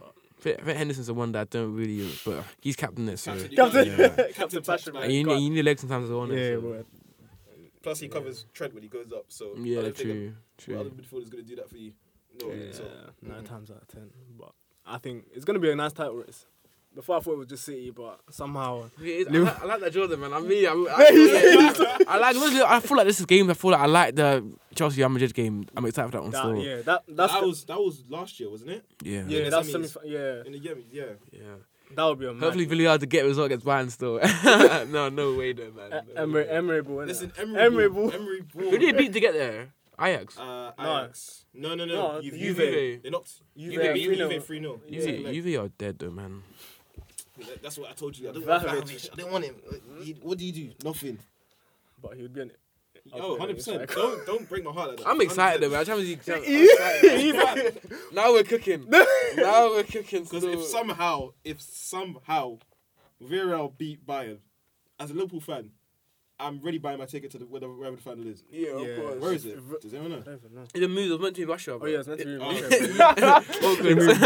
Speaker 2: I think I think Henderson's the one that I don't really, but he's captain it. So.
Speaker 6: Captain
Speaker 4: Captain,
Speaker 6: United.
Speaker 4: Captain Passion.
Speaker 2: And you need, you need legs sometimes as well. innit?
Speaker 4: Yeah,
Speaker 2: So-
Speaker 4: bro.
Speaker 6: Plus, he covers Trent when he goes up. So I
Speaker 2: Yeah,
Speaker 6: don't think
Speaker 2: true,
Speaker 6: a- what
Speaker 2: true.
Speaker 6: other midfielder is going to do that for you. No,
Speaker 4: Yeah,
Speaker 6: so mm-hmm.
Speaker 4: nine times out of ten. But I think it's gonna be a nice title race. Before I thought it was just City, but somehow
Speaker 2: It is- I, like, I like that Jordan man. I mean, I'm, I, I like. honestly, I feel like this is game. I feel like I like the Chelsea Real Madrid game. I'm excited for that one
Speaker 4: that
Speaker 2: still. Yeah,
Speaker 4: yeah that that's
Speaker 6: that
Speaker 4: the-
Speaker 6: was that was last year, wasn't it?
Speaker 2: yeah,
Speaker 4: yeah,
Speaker 6: the
Speaker 4: that's semi
Speaker 6: semis.
Speaker 4: yeah
Speaker 6: In the year, yeah.
Speaker 4: that would be a mad-
Speaker 2: Hopefully, Villarreal to get a result against Bayern still. no, no way, though, man.
Speaker 4: E-
Speaker 2: No
Speaker 4: Emery
Speaker 2: way.
Speaker 4: Emery Ball. innit?
Speaker 6: Listen,
Speaker 4: Emery
Speaker 6: Emery,
Speaker 4: Ball.
Speaker 6: Ball- Emery
Speaker 2: Who did
Speaker 6: Ball.
Speaker 2: they beat to get there? Ajax.
Speaker 6: Uh,
Speaker 4: No.
Speaker 6: Ajax. No, no, no.
Speaker 4: No,
Speaker 6: Juve.
Speaker 4: Juve.
Speaker 6: They knocked.
Speaker 4: Juve
Speaker 6: Juve beat
Speaker 4: 3-0.
Speaker 6: Juve 3 0.
Speaker 2: Juve, Juve are dead though, man.
Speaker 6: That's what I told you. I don't want
Speaker 4: Vlahovic.
Speaker 6: Vlahovic. I don't want him. He- What do you do? Nothing.
Speaker 4: but he would be in it.
Speaker 6: Oh,
Speaker 4: Okay,
Speaker 6: 100%.
Speaker 4: it's
Speaker 6: Don't, don't break my heart like that.
Speaker 2: I'm
Speaker 6: 100%.
Speaker 2: excited though. man. Champions League. champ- I'm excited. now we're cooking. now we're cooking.
Speaker 6: Because
Speaker 2: still.
Speaker 6: if somehow, if somehow, Villarreal beat Bayern, as a Liverpool fan, I'm really buying my ticket to the whatever, wherever the final is.
Speaker 2: yeah, of
Speaker 4: Yeah.
Speaker 2: course.
Speaker 6: Where is it?
Speaker 4: V-
Speaker 6: Does anyone know?
Speaker 4: I don't even know.
Speaker 2: The move was meant to be Russia.
Speaker 4: Oh
Speaker 2: bro.
Speaker 4: yeah, it's meant to be.
Speaker 6: Oh,
Speaker 4: Russia,
Speaker 6: okay.
Speaker 4: but-
Speaker 2: Awkward.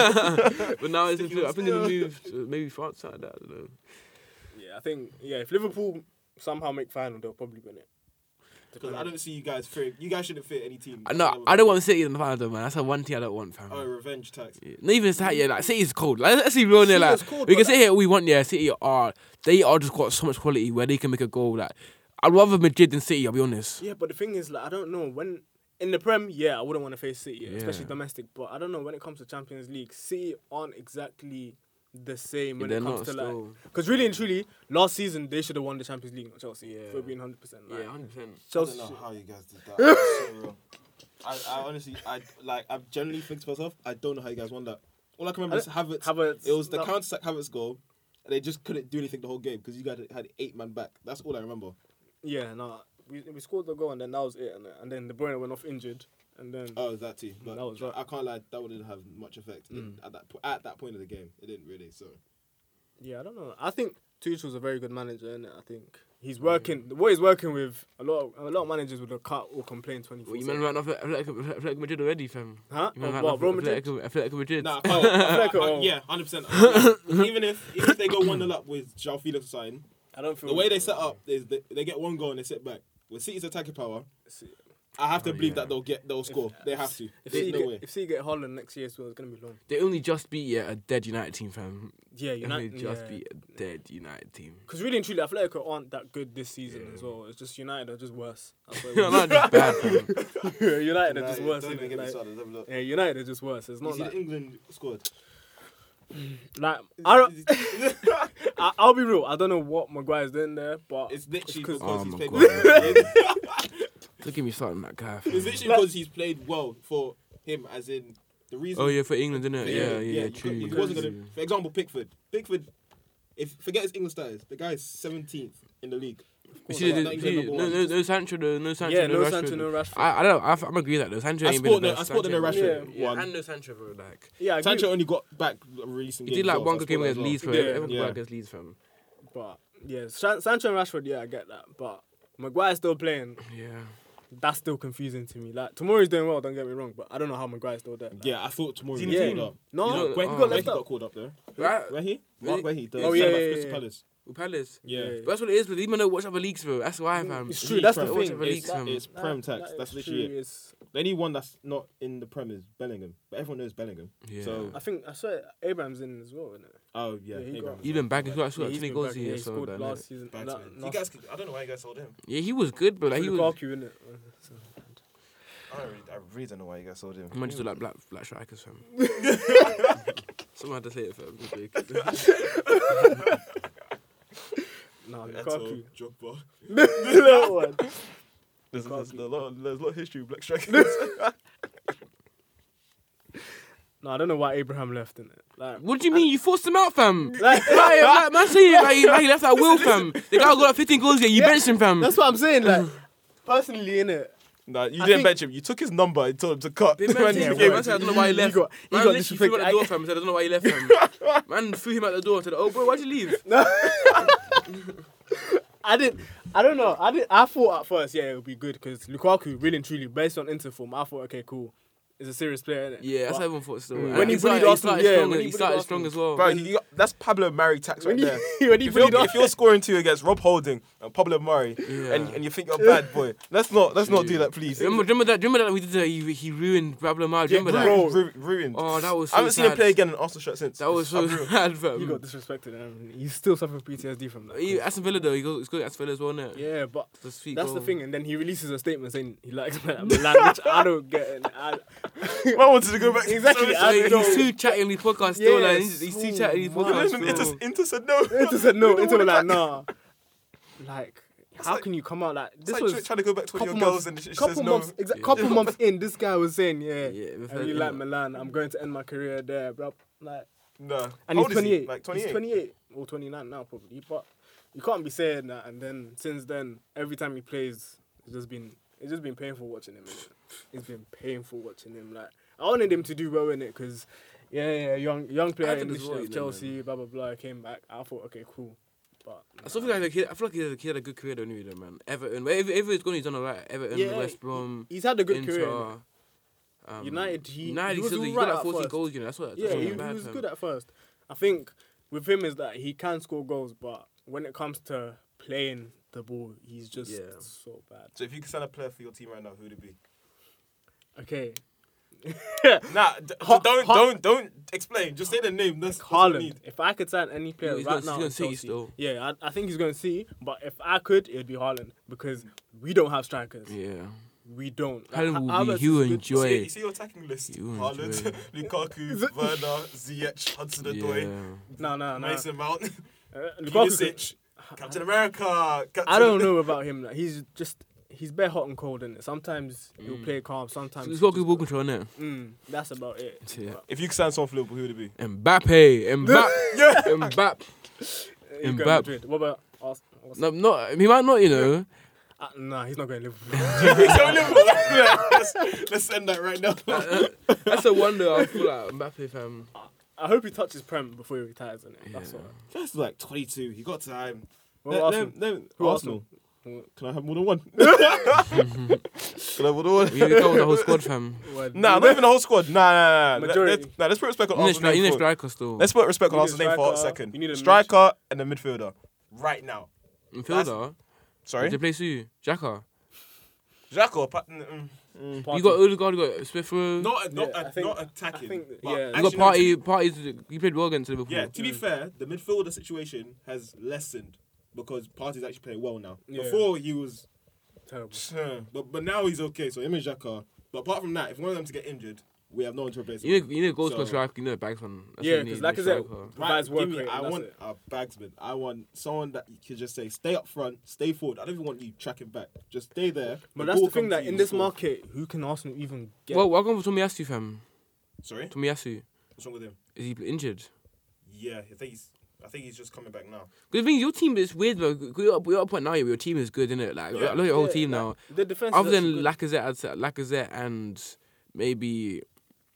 Speaker 2: but now it's into, I think it's moved to uh, maybe France out of that. I don't know.
Speaker 4: Yeah, I think yeah. If Liverpool somehow make final, they'll probably win it.
Speaker 6: Because I don't see you guys fearing. You guys shouldn't fear any team.
Speaker 2: I know I don't want City in the final though, man. That's the one thing I don't want, fam.
Speaker 6: Oh, revenge tax.
Speaker 2: Yeah. Not even that, yeah. Like City's cold. Like, let's be real, yeah. Like
Speaker 6: City's cold,
Speaker 2: we can
Speaker 6: but
Speaker 2: sit here all we want, yeah. City are they are just got so much quality where they can make a goal. Like I'd rather Madrid than City. I'll be honest.
Speaker 4: Yeah, but the thing is, like, I don't know when in the Prem. Yeah, I wouldn't want to face City, especially
Speaker 2: Yeah.
Speaker 4: domestic. But I don't know when it comes to Champions League, City aren't exactly the same
Speaker 2: Yeah,
Speaker 4: when
Speaker 2: they're
Speaker 4: it comes
Speaker 2: not
Speaker 4: to
Speaker 2: still.
Speaker 4: like. Because really and truly, last season they should have won the Champions League, not Chelsea.
Speaker 2: Yeah.
Speaker 4: Yeah, for being hundred percent.
Speaker 2: Yeah, hundred percent.
Speaker 6: I
Speaker 4: Chelsea.
Speaker 6: don't
Speaker 4: should-
Speaker 6: know how you guys did that. It's so real. I, I honestly, I like. I generally think to myself, I don't know how you guys won that. All I can remember
Speaker 4: I
Speaker 6: is Havertz.
Speaker 4: Havertz,
Speaker 6: It was the
Speaker 4: no.
Speaker 6: counter attack Havertz goal. And they just couldn't do anything the whole game because you guys had eight man back. That's all I remember.
Speaker 4: Yeah, no, we, we scored the goal and then that was it, and, and then De Bruyne went off injured, and then
Speaker 6: Oh, that too. But
Speaker 4: That Mm. was right.
Speaker 6: I can't lie, that wouldn't have much effect It- at that po- at that point of the game. It didn't really. So
Speaker 4: yeah, I don't know. I think Tuchel's a very good manager, and I think he's
Speaker 6: Mm.
Speaker 4: working. What he's working with a lot, of, a lot of managers would have cut or complain twenty four.
Speaker 2: Well, you man ran off at Atletico Atletico Madrid already, fam.
Speaker 4: Huh?
Speaker 2: You man
Speaker 4: Oh,
Speaker 2: ran
Speaker 4: what,
Speaker 2: off
Speaker 4: Real
Speaker 2: at
Speaker 4: Madrid?
Speaker 2: Atletico Atletico Madrid.
Speaker 6: nah, I can't- I-
Speaker 4: like it
Speaker 6: I-
Speaker 4: all.
Speaker 6: yeah, hundred percent. Even if even if they go one 0 up with Jao Felix sign,
Speaker 4: I don't feel
Speaker 6: the way they set up is they, they get one goal and they sit back. With City's attacking power, I have to believe that they'll get they'll score. they have to.
Speaker 4: If
Speaker 6: There's
Speaker 4: City,
Speaker 6: no
Speaker 4: get,
Speaker 6: way.
Speaker 4: if City get Holland next year, so it's gonna be long.
Speaker 2: They only just beat yeah, a dead United team, fam.
Speaker 4: Yeah,
Speaker 2: They
Speaker 4: United.
Speaker 2: only just
Speaker 4: yeah.
Speaker 2: beat a dead United team.
Speaker 4: Because really and truly, Atletico aren't that good this season as well. It's just United are just worse. That's what it
Speaker 2: no,
Speaker 4: was.
Speaker 2: not just bad, fam.
Speaker 4: United are
Speaker 6: Nah,
Speaker 4: just
Speaker 6: yeah,
Speaker 4: worse.
Speaker 6: don't even
Speaker 4: innit?
Speaker 6: get me
Speaker 4: Like,
Speaker 6: started, let me look.
Speaker 4: yeah, United are just worse. It's
Speaker 6: You
Speaker 4: not
Speaker 6: see the
Speaker 4: like,
Speaker 6: England squad.
Speaker 4: like I, I, I'll be real. I don't know what Maguire's doing there, but
Speaker 6: It's literally
Speaker 4: because-
Speaker 6: because
Speaker 2: Oh
Speaker 6: he's
Speaker 2: my
Speaker 6: played.
Speaker 2: God.
Speaker 6: well.
Speaker 2: Don't get me started on that guy. fam.
Speaker 6: it's literally because he's played well for him, as in the reason.
Speaker 2: Oh yeah, for England, didn't it? Yeah, yeah, yeah,
Speaker 6: you
Speaker 2: true.
Speaker 6: could- He wasn't gonna. For example, Pickford. Pickford. If forget his English status, the guy is seventeenth in the league.
Speaker 2: You see,
Speaker 6: Like,
Speaker 2: the-
Speaker 6: he's
Speaker 2: see,
Speaker 6: number
Speaker 2: no,
Speaker 6: one.
Speaker 2: no, no Sancho, no, no Sancho,
Speaker 4: Yeah,
Speaker 2: no,
Speaker 4: no
Speaker 2: Rashford.
Speaker 4: Sancho, no Rashford.
Speaker 2: I, I don't. I, I'm agree with that though. Sancho
Speaker 6: I
Speaker 2: ain't been the
Speaker 6: sport no-
Speaker 2: best.
Speaker 6: I sport
Speaker 2: Sancho-
Speaker 6: no Rashford
Speaker 2: Yeah,
Speaker 6: one.
Speaker 2: and no Sancho, bro. Like
Speaker 4: yeah, I agree,
Speaker 6: Sancho only got back releasing.
Speaker 2: he did like one good game against Leeds, bro.
Speaker 4: Yeah,
Speaker 2: Everyone
Speaker 6: yeah.
Speaker 2: got against Leeds, fam.
Speaker 4: but yeah, San- Sancho and Rashford. Yeah, I get that, but Maguire's still playing.
Speaker 2: Yeah.
Speaker 4: That's still confusing to me. Like tomorrow's doing well. Don't get me wrong, but I don't know how Maguire's still there. Like,
Speaker 6: Yeah, I thought tomorrow.
Speaker 3: Zini
Speaker 6: was
Speaker 4: Yeah.
Speaker 6: called up.
Speaker 4: No,
Speaker 2: You know,
Speaker 6: When
Speaker 2: uh,
Speaker 6: he
Speaker 4: got
Speaker 6: got,
Speaker 4: left up.
Speaker 6: called up though.
Speaker 2: Right.
Speaker 6: Where he?
Speaker 2: Really?
Speaker 6: Mark Where he? The
Speaker 4: Oh, yeah,
Speaker 6: centre-back
Speaker 4: yeah,
Speaker 6: Crystal
Speaker 4: yeah.
Speaker 6: Palace.
Speaker 2: With Palace.
Speaker 6: Yeah.
Speaker 4: Yeah.
Speaker 2: That's what it is. But even though watch other leagues, bro. That's why, fam.
Speaker 4: It's true.
Speaker 6: It's
Speaker 4: That's the
Speaker 6: prem.
Speaker 4: thing.
Speaker 2: Whatever leagues,
Speaker 6: It's,
Speaker 2: fam.
Speaker 6: it's prem tax.
Speaker 4: that
Speaker 6: That's
Speaker 4: is
Speaker 6: literally
Speaker 4: true,
Speaker 6: it.
Speaker 4: it's-
Speaker 6: The only one that's not in the prem is Bellingham, but everyone knows Bellingham.
Speaker 2: Yeah.
Speaker 6: So
Speaker 4: I think I saw Abraham's in as well, isn't it?
Speaker 6: oh yeah,
Speaker 4: Yeah, he
Speaker 6: Abraham.
Speaker 4: got-
Speaker 2: Even back, he scored
Speaker 4: Yeah,
Speaker 2: like
Speaker 4: he's
Speaker 2: twenty
Speaker 4: been
Speaker 2: goals
Speaker 4: back,
Speaker 2: a
Speaker 4: yeah,
Speaker 2: year.
Speaker 4: he
Speaker 2: so
Speaker 4: scored
Speaker 2: done,
Speaker 4: last
Speaker 2: innit?
Speaker 4: season.
Speaker 3: Bags,
Speaker 4: That-
Speaker 3: man.
Speaker 4: last-
Speaker 3: you guys, could, I don't know why you guys sold him.
Speaker 2: Yeah, he was good, but like, he was.
Speaker 4: Lukaku, innit?
Speaker 3: I, don't really, I really don't know why you guys sold him.
Speaker 2: I'm just like black black strikers, fam. Someone had to say it, fam. Just like-
Speaker 4: Nah,
Speaker 6: Eto,
Speaker 4: Lukaku.
Speaker 6: Drogba.
Speaker 4: that one.
Speaker 3: There's,
Speaker 4: there's
Speaker 3: a lot, there's a lot of history with Black Strikers.
Speaker 4: No, I don't know why Abraham left, innit? Like,
Speaker 2: What do you mean? You forced him out, fam.
Speaker 4: like
Speaker 2: Like, like, man, say it, like, he- like he left that will, fam. The guy got like 15 goals, yeah, you benched him, fam.
Speaker 4: that's what I'm saying. Like, personally, innit?
Speaker 3: nah, you
Speaker 4: I
Speaker 3: didn't
Speaker 4: think-
Speaker 3: bench him. You took his number and told him to cut.
Speaker 2: Man,
Speaker 3: When
Speaker 2: said-
Speaker 3: you
Speaker 2: man
Speaker 3: gave it
Speaker 2: said, I
Speaker 3: to
Speaker 2: don't know why he left.
Speaker 4: got- he
Speaker 2: man
Speaker 4: got
Speaker 2: literally threw him at the
Speaker 4: disrespected.
Speaker 2: door, fam. Said, I don't know why he left, fam. man threw him at the door. Said, oh, bro, why'd you leave?
Speaker 4: I didn't. I don't know. I did. I thought at first, yeah, it would be good because Lukaku, really and truly, based on Interform, I thought, okay, cool, is a serious player, innit?
Speaker 2: Yeah, that's
Speaker 4: But
Speaker 2: what everyone thought still.
Speaker 4: Mm. When
Speaker 2: And
Speaker 4: he bullied
Speaker 2: started-
Speaker 4: Arsenal,
Speaker 2: started
Speaker 4: yeah,
Speaker 2: strong,
Speaker 4: when he
Speaker 2: he
Speaker 4: bullied
Speaker 2: started
Speaker 4: Arsenal.
Speaker 2: strong as well.
Speaker 3: Bro, you got- that's Pablo Murray tax right
Speaker 4: when
Speaker 3: there.
Speaker 4: he when he
Speaker 3: If you're,
Speaker 4: bullied
Speaker 3: if you're scoring two against Rob Holding and Pablo Murray, and,
Speaker 2: Yeah.
Speaker 3: and you think you're a bad boy, let's not let's not do that, please.
Speaker 2: Remember, remember that? Remember that we did that? He, he ruined Pablo Mar. Remember that?
Speaker 3: Ru- ru- ruined.
Speaker 2: Oh, that was so
Speaker 3: I haven't seen him
Speaker 2: sad.
Speaker 3: play again in Arsenal shirt since.
Speaker 2: That was so sad, fam.
Speaker 4: you got disrespected, and you still suffer PTSD from that.
Speaker 2: He, Aston Villa though, he goes, he's good at Aston Villa as well, innit?
Speaker 4: Yeah, but
Speaker 2: The sweet
Speaker 4: that's the
Speaker 2: goal.
Speaker 4: thing, and then he releases a statement saying he likes Milan, which I don't get. And I,
Speaker 3: I wanted to go back.
Speaker 4: exactly,
Speaker 2: So
Speaker 4: I
Speaker 2: he-
Speaker 4: don't.
Speaker 2: he's too chatty on the podcast still.
Speaker 4: Yeah,
Speaker 2: like, he's, he's too
Speaker 4: so
Speaker 2: chatty on the
Speaker 4: much.
Speaker 2: podcast.
Speaker 3: Inter,
Speaker 2: still.
Speaker 3: Inter, Inter said no.
Speaker 4: Inter said no. Inter were like, nah. Like, how can you come out like
Speaker 3: It's
Speaker 4: this?
Speaker 3: like
Speaker 4: was
Speaker 3: trying to go back to one of your girls and she
Speaker 4: couple
Speaker 3: says no.
Speaker 4: months, exa- couple months in, this guy was saying, yeah,
Speaker 2: Yeah, we've
Speaker 4: I
Speaker 2: heard
Speaker 4: really
Speaker 2: it,
Speaker 4: like
Speaker 2: innit?
Speaker 4: Milan. I'm going to end my career there, bro. Like,
Speaker 3: Nah.
Speaker 4: and
Speaker 3: How
Speaker 4: he's
Speaker 3: old is he?
Speaker 4: 28.
Speaker 3: Like 28.
Speaker 4: He's 28 or 29 now probably, but you can't be saying that. And then since then, every time he plays, it's just been it's just been painful watching him. innit? It's been painful watching him. Like I wanted him to do well in it because. Yeah, yeah, young young player in
Speaker 2: think
Speaker 4: the
Speaker 2: as well, you know,
Speaker 4: Chelsea, blah blah blah. Came back. I thought, okay, cool, but
Speaker 2: I still feel like the kid. I feel like he had a, he had a good career though, anyway, though, man. Everton, where Ever- Everton's gone, he's done alright. Everton,
Speaker 4: Yeah,
Speaker 2: West Brom,
Speaker 4: he's had a good
Speaker 2: Inter,
Speaker 4: career. innit?
Speaker 2: um,
Speaker 4: United, he-
Speaker 2: United,
Speaker 4: he was
Speaker 2: still- he
Speaker 4: alright
Speaker 2: got like
Speaker 4: at
Speaker 2: 14
Speaker 4: first.
Speaker 2: goals, you know. That's what. That's
Speaker 4: Yeah,
Speaker 2: not
Speaker 4: he, he
Speaker 2: bad,
Speaker 4: was
Speaker 2: fam.
Speaker 4: good at first. I think with him is that he can score goals, but when it comes to playing the ball, he's just
Speaker 2: Yeah.
Speaker 4: so bad.
Speaker 3: So if you could sign a player for your team right now, who would it be?
Speaker 4: Okay,
Speaker 6: Nah, d- don't don't don't explain. Just say the name. That's that's what we
Speaker 4: Haaland.
Speaker 6: need.
Speaker 4: If I could sign any player
Speaker 2: he's gonna-
Speaker 4: right now,
Speaker 2: he's gonna
Speaker 4: in
Speaker 2: see you
Speaker 4: Chelsea,
Speaker 2: still.
Speaker 4: yeah, I, I think he's going to see. But if I could, it would be Haaland because we don't have strikers.
Speaker 2: Yeah.
Speaker 4: We don't.
Speaker 2: Haaland
Speaker 4: Ha-
Speaker 2: will be,
Speaker 4: Havertz
Speaker 2: he will
Speaker 4: is good.
Speaker 6: You see,
Speaker 2: enjoy
Speaker 6: you see your attacking list:
Speaker 2: You
Speaker 6: Haaland, Lukaku, Werner, Ziyech, Hudson Odoi,
Speaker 2: Yeah.
Speaker 4: No, no, no.
Speaker 6: Mason Mount,
Speaker 4: Uh, Lukaku could-
Speaker 6: Pulisic, Captain America. Captain
Speaker 4: I don't know about him. Like, he's just he's bare hot and cold in it. Sometimes
Speaker 2: Mm.
Speaker 4: he'll play calm. Sometimes
Speaker 2: He's
Speaker 4: he'll
Speaker 2: got good ball control, innit?
Speaker 4: just- mm, that's about it.
Speaker 2: Yeah.
Speaker 6: If you could sign someone for Liverpool, who would it be?
Speaker 2: Mbappe, Mbappe, Mbappe.
Speaker 4: He's going
Speaker 2: Mbappe.
Speaker 4: Madrid. What about? Ars- Ars-
Speaker 2: No, not he might not, you know.
Speaker 4: Uh, nah, he's not going Liverpool.
Speaker 6: let's, let's send that right now.
Speaker 2: That's a wonder. I feel like Mbappe, fam.
Speaker 4: I hope he touches prem before he retires. In it. That's all. Right.
Speaker 8: That's like 22. You got time.
Speaker 4: What
Speaker 8: Let-
Speaker 4: about
Speaker 8: let-
Speaker 4: Arsenal?
Speaker 8: let- Arsenal.
Speaker 4: Who Arsenal?
Speaker 8: Can I have more than one? Can I have more than one?
Speaker 2: We covered the whole squad, fam.
Speaker 4: Well,
Speaker 6: Nah, not even the whole squad. Nah, nah, nah. nah.
Speaker 4: Majority.
Speaker 6: Let- let's- nah, let's put respect on
Speaker 2: You need a
Speaker 6: Arsenal's
Speaker 2: stri- you
Speaker 6: name.
Speaker 2: need a
Speaker 6: for-
Speaker 2: striker still.
Speaker 6: Let's put respect on
Speaker 4: You need a
Speaker 6: Arsenal's name for a
Speaker 4: striker.
Speaker 6: second.
Speaker 4: You need a
Speaker 6: striker and a midfielder. Right now.
Speaker 2: midfielder.
Speaker 6: Sorry,
Speaker 2: They play Sue, Jacka.
Speaker 6: Jaco. Pa- mm, mm.
Speaker 2: You got Odegaard, you got Smith Rowe.
Speaker 6: Not not,
Speaker 4: Yeah, I
Speaker 6: uh,
Speaker 4: think-
Speaker 6: not
Speaker 4: I
Speaker 6: attacking.
Speaker 4: think-
Speaker 6: but
Speaker 4: yeah. You
Speaker 2: You
Speaker 6: actually,
Speaker 2: got
Speaker 6: no,
Speaker 2: Party.
Speaker 6: to be-
Speaker 2: Party's he played well against Liverpool.
Speaker 8: Yeah, to be fair, the midfielder situation has lessened because Partey's actually playing well now.
Speaker 4: Yeah.
Speaker 8: Before he was,
Speaker 4: terrible.
Speaker 8: but but now he's okay. So him and Xhaka. But apart from that, if one of them to get injured, we have no one to replace
Speaker 2: You
Speaker 8: him.
Speaker 2: need, you need a goal scorer
Speaker 8: So-
Speaker 2: striker, you know, bags on. That's
Speaker 4: Yeah,
Speaker 2: what you
Speaker 4: 'cause
Speaker 2: need,
Speaker 4: like
Speaker 2: a
Speaker 4: I said,
Speaker 2: striker.
Speaker 8: Right,
Speaker 4: Provides work
Speaker 8: give me,
Speaker 4: rate,
Speaker 8: I
Speaker 4: that's
Speaker 8: want
Speaker 4: it.
Speaker 8: a bagsman. I want someone that you could just say, stay up front, stay forward. I don't even want you tracking back. Just stay there.
Speaker 4: But that's
Speaker 8: ball
Speaker 4: the thing
Speaker 8: comes to
Speaker 4: that
Speaker 8: you,
Speaker 4: in
Speaker 8: you
Speaker 4: this
Speaker 8: score."
Speaker 4: market, who can Arsenal even get?
Speaker 2: Well, welcome for Tomiyasu, fam.
Speaker 8: Sorry,
Speaker 2: Tomiyasu.
Speaker 8: what's wrong with him?
Speaker 2: Is he injured?
Speaker 6: Yeah, I think he's. I think he's just coming back now.
Speaker 2: Because the thing is, your team is weird, bro. 'Cause You're up, you're up point now, your team is good, isn't it? Like, look at your whole
Speaker 4: Yeah,
Speaker 2: team
Speaker 4: like,
Speaker 2: now.
Speaker 4: the defense.
Speaker 2: Other than Lacazette, I'd say Lacazette and maybe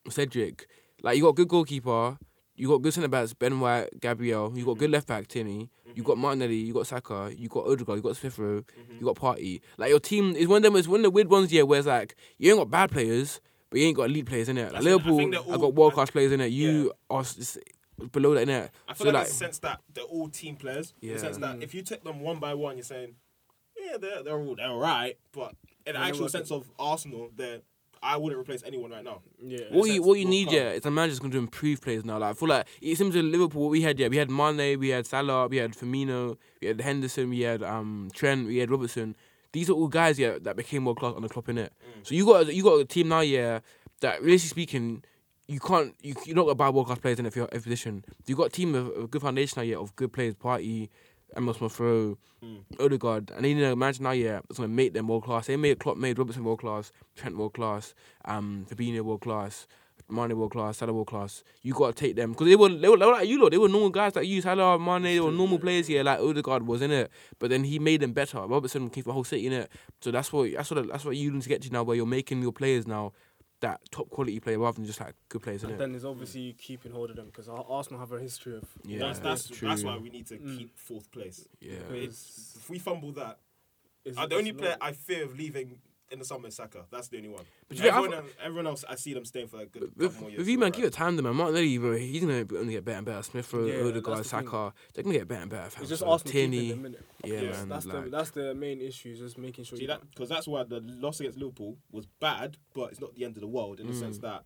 Speaker 2: Cedric, like you got good goalkeeper, you got good centre backs, Ben White, Gabriel. You got good
Speaker 6: Mm-hmm.
Speaker 2: left back, Tierney. You got Martinelli. You got Saka. You got Odegaard. You got Smith Rowe.
Speaker 6: Mm-hmm.
Speaker 2: You got Party. Like your team is one of them. It's one of the weird ones, yeah. Where it's like you ain't got bad players, but you ain't got elite players in it. Like
Speaker 6: That's it. I think
Speaker 2: Liverpool, I,
Speaker 6: they're all-
Speaker 2: got world class players in it. You are s- s- below that in it.
Speaker 6: I feel
Speaker 2: So
Speaker 6: like,
Speaker 2: like,
Speaker 6: in the sense that they're all team players. In
Speaker 2: Yeah.
Speaker 6: the sense that if you take them one by one, you're saying, yeah, they're they're all they're all right, but in the actual
Speaker 4: working.
Speaker 6: sense of Arsenal, they're I wouldn't replace anyone right now.
Speaker 4: yeah,
Speaker 2: What you what you need, yeah, is a manager's going to improve players now. Like I feel like it seems in Liverpool, what we had, yeah, we had Mane, we had Salah, we had Firmino, we had Henderson, we had um Trent, we had Robertson. These are all guys, yeah, that became world class on the club in it. So you got you got a team now, yeah, that realistically speaking, you can't you you're not gonna buy world class players in it for your every position. You got a team of of a good foundation now, yeah, of good players, Party, Amos Smith-Rowe, Odegaard, and then you know, imagine now, yeah, it's gonna make them world class. They made Klopp, made Robertson world class, Trent world class, um, Fabinho world class, Mane world class, Salah world class. You gotta take them because they were they were, they were like you lot. They were normal guys like you, Salah, Mane. They were normal players here, like Odegaard was in it, but then he made them better. Robertson came for whole city in it, so that's what that's what that's what you need to get to now, where you're making your players now that top quality player rather than just like good players in
Speaker 4: And
Speaker 2: it.
Speaker 4: then there's obviously keeping hold of them because Arsenal have a history of.
Speaker 2: Yeah,
Speaker 6: that's that's
Speaker 2: true.
Speaker 6: that's why we need to
Speaker 4: Mm.
Speaker 6: keep fourth place.
Speaker 2: yeah.
Speaker 4: It's,
Speaker 6: If we fumble that,
Speaker 4: it's,
Speaker 6: uh, the only
Speaker 4: it's
Speaker 6: player
Speaker 4: not-
Speaker 6: I fear of leaving in the summer is Saka. That's the only one.
Speaker 2: But you know,
Speaker 6: everyone, else, everyone else, I see them staying for a good couple
Speaker 2: With,
Speaker 6: more years.
Speaker 2: with you,
Speaker 6: so
Speaker 2: man,
Speaker 6: right.
Speaker 2: keep it time, man. Martinelli, bro, he's gonna be- only get better and better. Smith Rowe,
Speaker 4: Yeah,
Speaker 2: Odegaard,
Speaker 4: that's the thing.
Speaker 2: Saka, they're gonna get better and better. fam.
Speaker 4: It's just
Speaker 2: So,
Speaker 4: Arsenal keeping
Speaker 2: Tierney,
Speaker 4: them in it.
Speaker 2: yeah,
Speaker 6: Yes,
Speaker 2: man.
Speaker 4: That's the
Speaker 2: like,
Speaker 4: that's the main issue. is Just making sure
Speaker 8: See
Speaker 4: you
Speaker 8: that because that's why the loss against Liverpool was bad, but it's not the end of the world
Speaker 2: Mm.
Speaker 8: in the sense that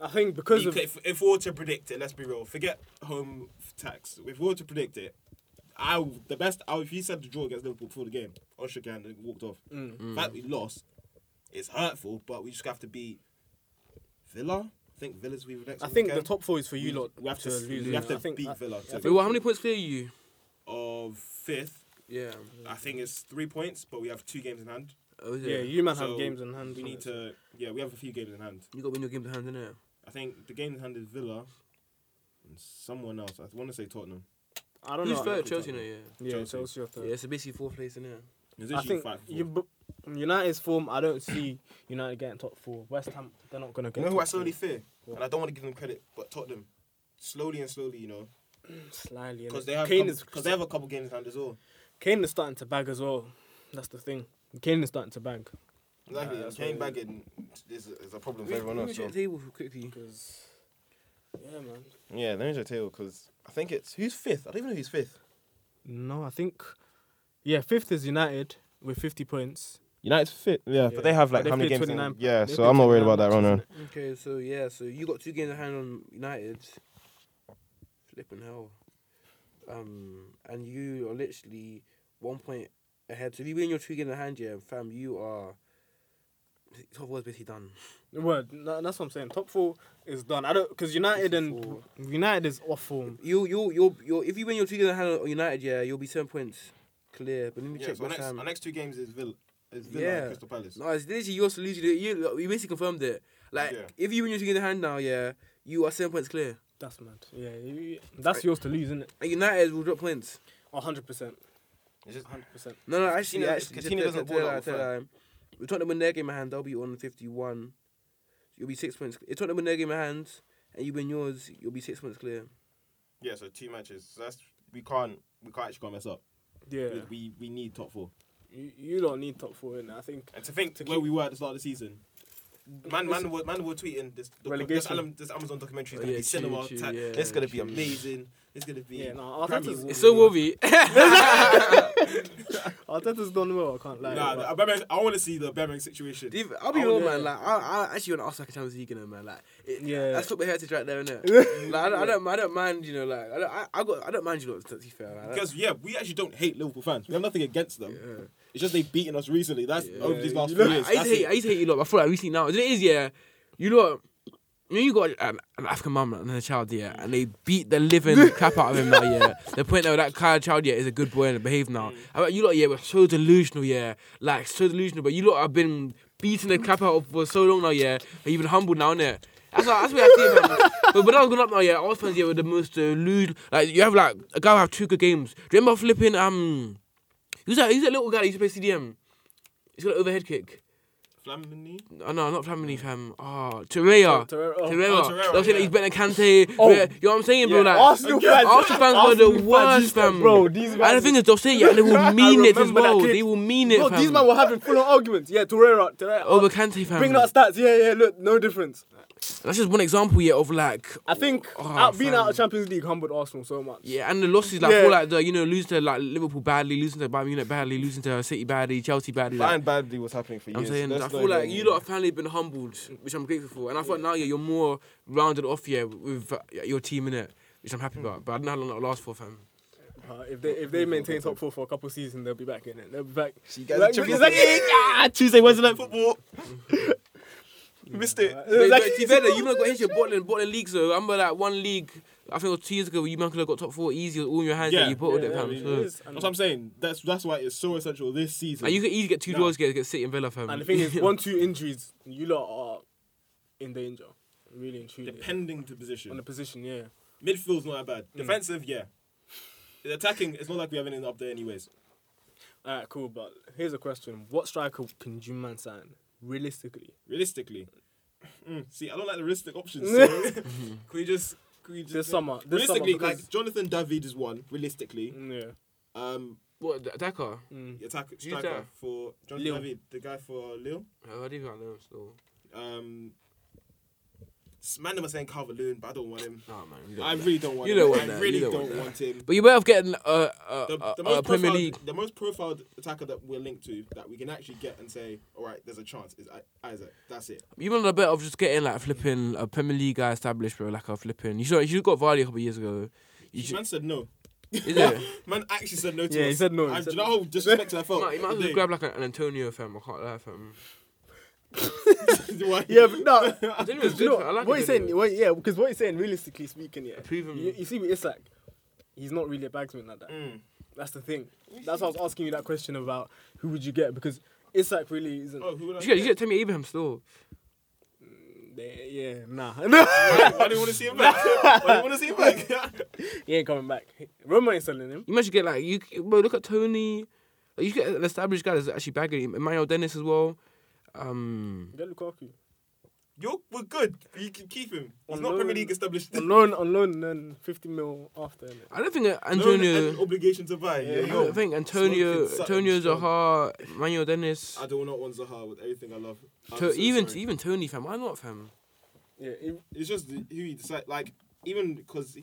Speaker 4: I think because
Speaker 6: You
Speaker 4: of
Speaker 6: could- if, if we were to predict it, let's be real. Forget home tax. If we were to predict it, I w- the best. I, if you said the draw against Liverpool before the game, I shook your hand and walked off.
Speaker 4: Mm.
Speaker 6: The fact we lost, it's hurtful, but we just have to beat Villa. I think Villa's we next.
Speaker 4: I think the
Speaker 6: weekend.
Speaker 4: top four is for you lot.
Speaker 6: We have to,
Speaker 4: lose.
Speaker 6: s- we
Speaker 4: yeah.
Speaker 6: have to
Speaker 4: I think
Speaker 6: beat
Speaker 4: I-
Speaker 6: Villa.
Speaker 4: I
Speaker 6: To
Speaker 2: Wait,
Speaker 6: be
Speaker 2: well, how many points clear are you?
Speaker 6: of fifth,
Speaker 2: Yeah.
Speaker 6: I think it's three points, but we have two games in hand.
Speaker 2: Oh, is it?
Speaker 4: Yeah, you man
Speaker 6: So
Speaker 4: have games in hand.
Speaker 6: We need to. Yeah, we have a few games in hand.
Speaker 2: You got to win your game to hand, innit?
Speaker 6: I think the game in hand is Villa and someone else. I want to say Tottenham.
Speaker 4: I don't
Speaker 2: Who's
Speaker 4: know.
Speaker 2: third? Chelsea, innit?
Speaker 4: Yeah,
Speaker 6: Chelsea.
Speaker 4: Chelsea are
Speaker 2: Yeah.
Speaker 4: third.
Speaker 2: Yeah, so basically fourth place, innit?
Speaker 6: It's
Speaker 4: I
Speaker 6: literally
Speaker 4: think
Speaker 6: five, four.
Speaker 4: you, but United's form, I don't see United getting top four. West Ham, they're not gonna get.
Speaker 6: You know who
Speaker 4: top
Speaker 6: I slowly
Speaker 4: four.
Speaker 6: fear, and I don't want to give them credit, but Tottenham, slowly and slowly, you know,
Speaker 4: slyly
Speaker 6: because
Speaker 4: innit?
Speaker 6: they have
Speaker 4: Kane
Speaker 6: because
Speaker 4: is
Speaker 6: they have a couple games in hand as well.
Speaker 4: Kane is starting to bag as well. That's the thing. Kane is starting to bag.
Speaker 6: Exactly,
Speaker 4: Yeah,
Speaker 6: and
Speaker 4: that's
Speaker 6: Kane
Speaker 4: what it
Speaker 6: bagging is, is a problem for everyone else. So.
Speaker 2: table quickly.
Speaker 4: Because yeah, man.
Speaker 6: Yeah, let me just tell you because I think it's who's fifth. I don't even know who's fifth.
Speaker 4: No, I think yeah, fifth is United with fifty points,
Speaker 7: United's fit. Yeah.
Speaker 3: But they have like
Speaker 4: But they
Speaker 3: how many
Speaker 4: played
Speaker 3: games?
Speaker 4: 29
Speaker 7: Yeah,
Speaker 4: They
Speaker 7: so
Speaker 4: play
Speaker 7: I'm not worried
Speaker 4: 29
Speaker 7: about that run run.
Speaker 2: Okay, so yeah, so you got two games in hand on United. Flipping hell. Um, and you are literally one point ahead. So if you win your two games in hand, yeah, fam, you are. Top four is basically done.
Speaker 4: Well, no, that's what I'm saying. Top four is done. I don't because United and
Speaker 2: Four.
Speaker 4: United is off form.
Speaker 2: You, you, you, you. If you win your two games in hand on United, yeah, you'll be seven points clear. But let me
Speaker 6: Yeah,
Speaker 2: check
Speaker 6: so our
Speaker 2: what
Speaker 6: next,
Speaker 2: time.
Speaker 6: our next two games is Villa, is Villa
Speaker 2: Yeah.
Speaker 6: and Crystal Palace.
Speaker 2: No, it's literally you're losing it. You, you basically confirmed it. Like,
Speaker 6: Yeah.
Speaker 2: if you win your two games in hand now, yeah, you are seven points clear.
Speaker 4: That's mad. Yeah, you, you- that's yours to lose, isn't it?
Speaker 2: And United will drop points.
Speaker 4: hundred percent.
Speaker 6: It's just
Speaker 4: hundred percent.
Speaker 2: No, no, actually,
Speaker 6: Coutinho-
Speaker 2: actually,
Speaker 6: Coutinho doesn't ball out all the time.
Speaker 2: We're talking about their game in hand. They'll be on fifty-one. You'll be six points. It's talking about their game in hand, and you win yours. You'll be six points clear.
Speaker 6: yeah, so two matches. So that's we can't we can't actually go and mess up.
Speaker 4: Yeah,
Speaker 6: We- We we need top four.
Speaker 4: you, you don't need top four in. I think
Speaker 6: And to think
Speaker 4: To
Speaker 6: where
Speaker 4: keep-
Speaker 6: we were at the start of the season. Man, man, were, man, were tweeting this. docu- This,
Speaker 4: Relegation.
Speaker 6: Alam- this Amazon documentary is
Speaker 2: Oh,
Speaker 6: gonna
Speaker 2: yeah, true,
Speaker 6: be cinema.
Speaker 2: true,
Speaker 6: type.
Speaker 2: yeah,
Speaker 6: it's gonna be
Speaker 2: true.
Speaker 6: amazing. It's gonna be.
Speaker 4: yeah, no,
Speaker 6: Premier
Speaker 4: Arteta's,
Speaker 6: League.
Speaker 2: Wolvie.
Speaker 4: Arteta's done well. I can't lie.
Speaker 6: Nah,
Speaker 4: but-
Speaker 6: the Aubameyang- I want to see the Aubameyang situation.
Speaker 2: I'll be
Speaker 6: Oh,
Speaker 2: real,
Speaker 6: yeah.
Speaker 2: man. Like, I, I actually want to ask like a Champions League, you know, man. Like, it,
Speaker 4: Yeah.
Speaker 2: that's not the heritage right there, innit? like, I don't, I don't, I don't mind, you know, like, I don't, I, I got, I don't mind you lot. To be fair, like, I don't-
Speaker 6: Because yeah, we actually don't hate Liverpool fans. We have nothing against them.
Speaker 2: yeah.
Speaker 6: It's just they've beaten us recently. That's
Speaker 2: Yeah.
Speaker 6: over these last
Speaker 2: You
Speaker 6: few
Speaker 2: lot-
Speaker 6: years.
Speaker 2: I used,
Speaker 6: That's
Speaker 2: to hate,
Speaker 6: it.
Speaker 2: I used to hate you lot, but I feel like recently now, it is, yeah, you lot, you know, you got an, an African mum and a child, yeah, and they beat the living crap out of him now, yeah. The point though, that kind of child, yeah, is a good boy and behave
Speaker 6: Mm.
Speaker 2: now. I bet you lot, yeah, were so delusional, yeah, like, so delusional, but you lot have been beating the crap out of for so long now, yeah, that you've been humbled now, innit? That's what, that's what I see, man. But when I was growing up now, yeah, I was fans, yeah, were the most delusional. Like, you have, like, a guy who have two good games. Do you remember flipping, um, who's that, who's that little guy that used to play CDM? He's got an overhead kick.
Speaker 6: Flamini?
Speaker 2: Oh, no, not Flamini fam. Oh, Torreira.
Speaker 4: Mm. Torreira, oh,
Speaker 2: Torreira.
Speaker 6: oh, Torreira,
Speaker 2: They were saying that he's better than Kante.
Speaker 4: Oh.
Speaker 2: Yeah, You know what I'm saying, bro?
Speaker 4: Yeah,
Speaker 2: Like,
Speaker 4: Arsenal fans-
Speaker 2: Arsenal fans were the
Speaker 4: Arsenal fans
Speaker 2: worst,
Speaker 4: used to-
Speaker 2: fam.
Speaker 4: bro, these
Speaker 2: And the
Speaker 4: guys-
Speaker 2: thing is, they'll say it and they
Speaker 4: I
Speaker 2: will mean it as
Speaker 4: remember that
Speaker 2: well.
Speaker 4: clip.
Speaker 2: They will mean it,
Speaker 4: No,
Speaker 2: fam.
Speaker 4: these men were having full on arguments. Yeah, Torreira, Torreira.
Speaker 2: Over Kante, fam.
Speaker 4: Bring out stats. Yeah, yeah. Look, no difference.
Speaker 2: That's just one example, yeah, of like.
Speaker 4: I think
Speaker 2: Oh,
Speaker 4: out, being out
Speaker 2: fam.
Speaker 4: of Champions League humbled Arsenal so much.
Speaker 2: Yeah, and the losses, like,
Speaker 4: Yeah.
Speaker 2: all like the, you know, losing to, like, Liverpool badly, losing to Bayern Munich badly, losing to City badly, Chelsea badly. Like,
Speaker 7: Bayern badly was happening for years.
Speaker 2: I'm saying,
Speaker 7: Let's
Speaker 2: I
Speaker 7: not
Speaker 2: feel like
Speaker 7: even-
Speaker 2: you lot have finally been humbled, which I'm grateful for. And I thought now yeah, you're more rounded off here with uh, your team in it, which I'm happy about. But I don't know how long that'll last for, fam.
Speaker 4: Uh, if they if they maintain top four for a couple seasons, they'll be back in it. They'll be back.
Speaker 7: So you guys
Speaker 4: Like,
Speaker 7: are tripping
Speaker 4: it's like-
Speaker 7: up. Ah, Tuesday, Wednesday night football.
Speaker 6: Missed it.
Speaker 2: But,
Speaker 4: like-
Speaker 2: but to be fair, though, you might got hit your bottling, bottling league, so I remember like one league, I think it was two years ago, where you man could have got top four easy with all in your hands
Speaker 6: Yeah,
Speaker 2: that you bottled it, fam.
Speaker 4: it
Speaker 2: so.
Speaker 4: is.
Speaker 6: That's what I'm saying. That's that's why it's so essential this season.
Speaker 2: and you could easily get two
Speaker 6: No.
Speaker 2: draws, get, get City and Villa, fam.
Speaker 4: And the thing is, one two injuries, you lot are in danger, really and truly.
Speaker 6: Depending to
Speaker 4: on
Speaker 6: position.
Speaker 4: the position, yeah.
Speaker 6: Midfield's not that bad. Defensive, yeah. The Attacking, it's not like we have anything up there anyways.
Speaker 4: All right, cool. But here's a question: What striker can you man sign realistically?
Speaker 6: Realistically. Mm, see, I don't like the realistic options. So can we just can we just
Speaker 4: This summer, this summer,
Speaker 6: realistically
Speaker 4: because-
Speaker 6: like Jonathan David is one, realistically.
Speaker 4: Mm, Yeah.
Speaker 6: Um
Speaker 2: What, the attacker?
Speaker 4: Mm.
Speaker 6: attack
Speaker 2: Who's
Speaker 6: striker
Speaker 2: that?
Speaker 6: for Jonathan
Speaker 4: Lille.
Speaker 6: David, the guy for Lille.
Speaker 2: Oh, I don't even know still.
Speaker 6: Um s- man them are saying Calvert Loon, but I don't want him.
Speaker 2: Nah, man. Oh, you don't
Speaker 6: I
Speaker 2: know.
Speaker 6: really don't want
Speaker 2: You
Speaker 6: him.
Speaker 2: don't want
Speaker 6: I
Speaker 2: that, you
Speaker 6: really
Speaker 2: don't
Speaker 6: don't,
Speaker 2: want
Speaker 6: want,
Speaker 2: that.
Speaker 6: him.
Speaker 2: But you better have getting a, a,
Speaker 6: the,
Speaker 2: a,
Speaker 6: the
Speaker 2: a
Speaker 6: most
Speaker 2: Uh, Premier
Speaker 6: profiled,
Speaker 2: League.
Speaker 6: the most profiled attacker that we're linked to that we can actually get and say, all right, there's a chance is I- Isaac. That's it.
Speaker 2: You want a bit of just getting like flipping a Premier League guy established, bro. Like a flipping. You should you should got Vardy a couple years ago. You should,
Speaker 6: Man said no.
Speaker 2: is it?
Speaker 6: Man actually said no to
Speaker 4: Yeah,
Speaker 6: us.
Speaker 4: he said no, he
Speaker 6: I, do
Speaker 4: said
Speaker 6: you know how disrespectful I felt?
Speaker 2: Nah, you might as well
Speaker 6: They-
Speaker 2: grab like an Antonio fam. I can't lie, fam.
Speaker 6: why-
Speaker 4: Yeah, but no.
Speaker 2: Antonio is
Speaker 4: you
Speaker 2: good.
Speaker 4: know,
Speaker 2: fam. I like
Speaker 4: what he's
Speaker 2: Antonio.
Speaker 4: saying, what, yeah, because what he's saying, realistically speaking, yeah,
Speaker 2: Approve him.
Speaker 4: you, you see with Isak, he's not really a bagsman like that.
Speaker 6: Mm.
Speaker 4: That's the thing. That's why I was asking you that question about who would you get because Isak really isn't.
Speaker 6: Oh, who would I
Speaker 2: You should, get- you should tell me Abraham still.
Speaker 4: They- yeah, nah, no,
Speaker 6: Why, why do you want to see him back? Why do you want to see him back?
Speaker 4: he ain't coming back. Roma ain't selling him.
Speaker 2: You might should get like you. Bro, look at Tony. Like, you should get an established guy that's actually bagging Emmanuel Dennis as well. Um,
Speaker 4: Get Lukaku
Speaker 6: You're, we're good. You can keep him. He's
Speaker 4: On
Speaker 6: not
Speaker 4: loan.
Speaker 6: Premier League established.
Speaker 4: on loan, on loan, and then fifty mil after. innit?
Speaker 2: I don't think uh,
Speaker 6: No an
Speaker 2: Antonio.
Speaker 6: obligation to buy. Yeah,
Speaker 2: I
Speaker 6: yo.
Speaker 2: don't think Antonio,
Speaker 6: Smoking Sutton
Speaker 2: Antonio
Speaker 6: still.
Speaker 2: Zaha, Emmanuel Dennis,
Speaker 6: I do not want Zaha with everything I love. I'm
Speaker 2: to,
Speaker 6: so
Speaker 2: even
Speaker 6: sorry.
Speaker 2: even Tony fam. Why not fam?
Speaker 4: Yeah, if-
Speaker 6: it's just the- who he decide like even because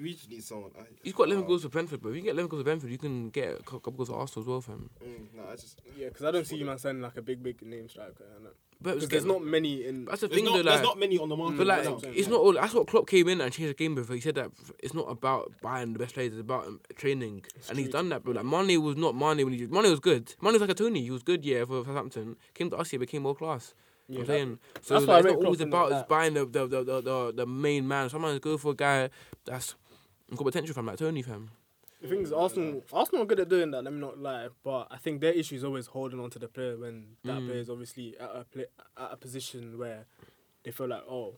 Speaker 6: We just need someone. I, oh,
Speaker 2: He's got 11
Speaker 6: Wow.
Speaker 2: goals for Brentford, but if you can get 11 goals for Brentford, you can get a cou- couple goals for Arsenal as well, fam.
Speaker 6: Mm, nah, I just.
Speaker 4: Yeah, because I don't see you man signing like a big, big name striker.
Speaker 2: But
Speaker 4: Because
Speaker 2: just
Speaker 4: there's
Speaker 2: get-
Speaker 4: not many in.
Speaker 2: but That's the
Speaker 6: There's
Speaker 2: thing,
Speaker 6: not,
Speaker 2: though,
Speaker 6: there's
Speaker 2: like,
Speaker 6: not many on the market.
Speaker 2: but
Speaker 6: right
Speaker 2: like,
Speaker 6: now.
Speaker 2: it's not all. That's what Klopp came in and changed the game. Before he said that it's not about buying the best players, it's about um, training, and he's done that. But like, Mane was not Mane when he Mane was good. Mane was like a Tony. He was good, yeah, for Southampton. Came to us here, became world class. You know what I'm saying? So that's
Speaker 4: that's why I
Speaker 2: like, it's
Speaker 4: rate
Speaker 2: not always
Speaker 4: Klopp in
Speaker 2: about
Speaker 4: that.
Speaker 2: is buying the the, the, the, the the main man. Sometimes go for a guy that's got potential from like Tony, fam.
Speaker 4: The thing is, Arsenal, Arsenal are good at doing that. Let me not lie, but I think their issue is always holding on to the player when that
Speaker 2: Mm.
Speaker 4: player is obviously at a play, at a position where they feel like, oh,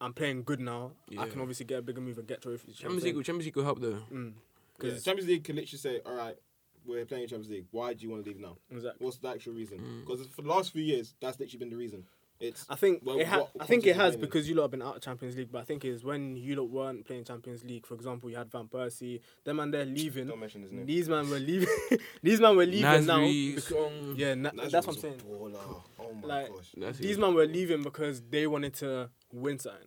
Speaker 4: I'm playing good now. I can
Speaker 2: Yeah.
Speaker 4: obviously get a bigger move and get trophies.
Speaker 2: Champions League, Champions League will help though.
Speaker 6: Because
Speaker 4: Because
Speaker 6: Champions League can literally say, all right, we're playing Champions League. Why do you want to leave now?
Speaker 4: Exactly.
Speaker 6: What's the actual reason?
Speaker 2: Mm.
Speaker 6: Because for the last few years, that's literally been the reason. It's
Speaker 4: I think
Speaker 6: well,
Speaker 4: it ha-
Speaker 6: what
Speaker 4: I think
Speaker 6: context
Speaker 4: it
Speaker 6: we're
Speaker 4: has
Speaker 6: playing in.
Speaker 4: because you lot have been out of Champions League, but I think it's when you lot weren't playing Champions League. For example, you had Van Persie. Them and they're leaving.
Speaker 3: Don't mention his name.
Speaker 4: These man were leaving. These man were leaving now.
Speaker 2: Nasri,
Speaker 4: because-
Speaker 2: Song.
Speaker 4: yeah, na-
Speaker 6: Nigel
Speaker 4: that's what
Speaker 6: was
Speaker 4: I'm
Speaker 6: a
Speaker 4: saying.
Speaker 6: Baller. Oh my
Speaker 4: Like,
Speaker 6: gosh.
Speaker 2: That's
Speaker 4: These
Speaker 2: it.
Speaker 4: man were leaving because they wanted to win something.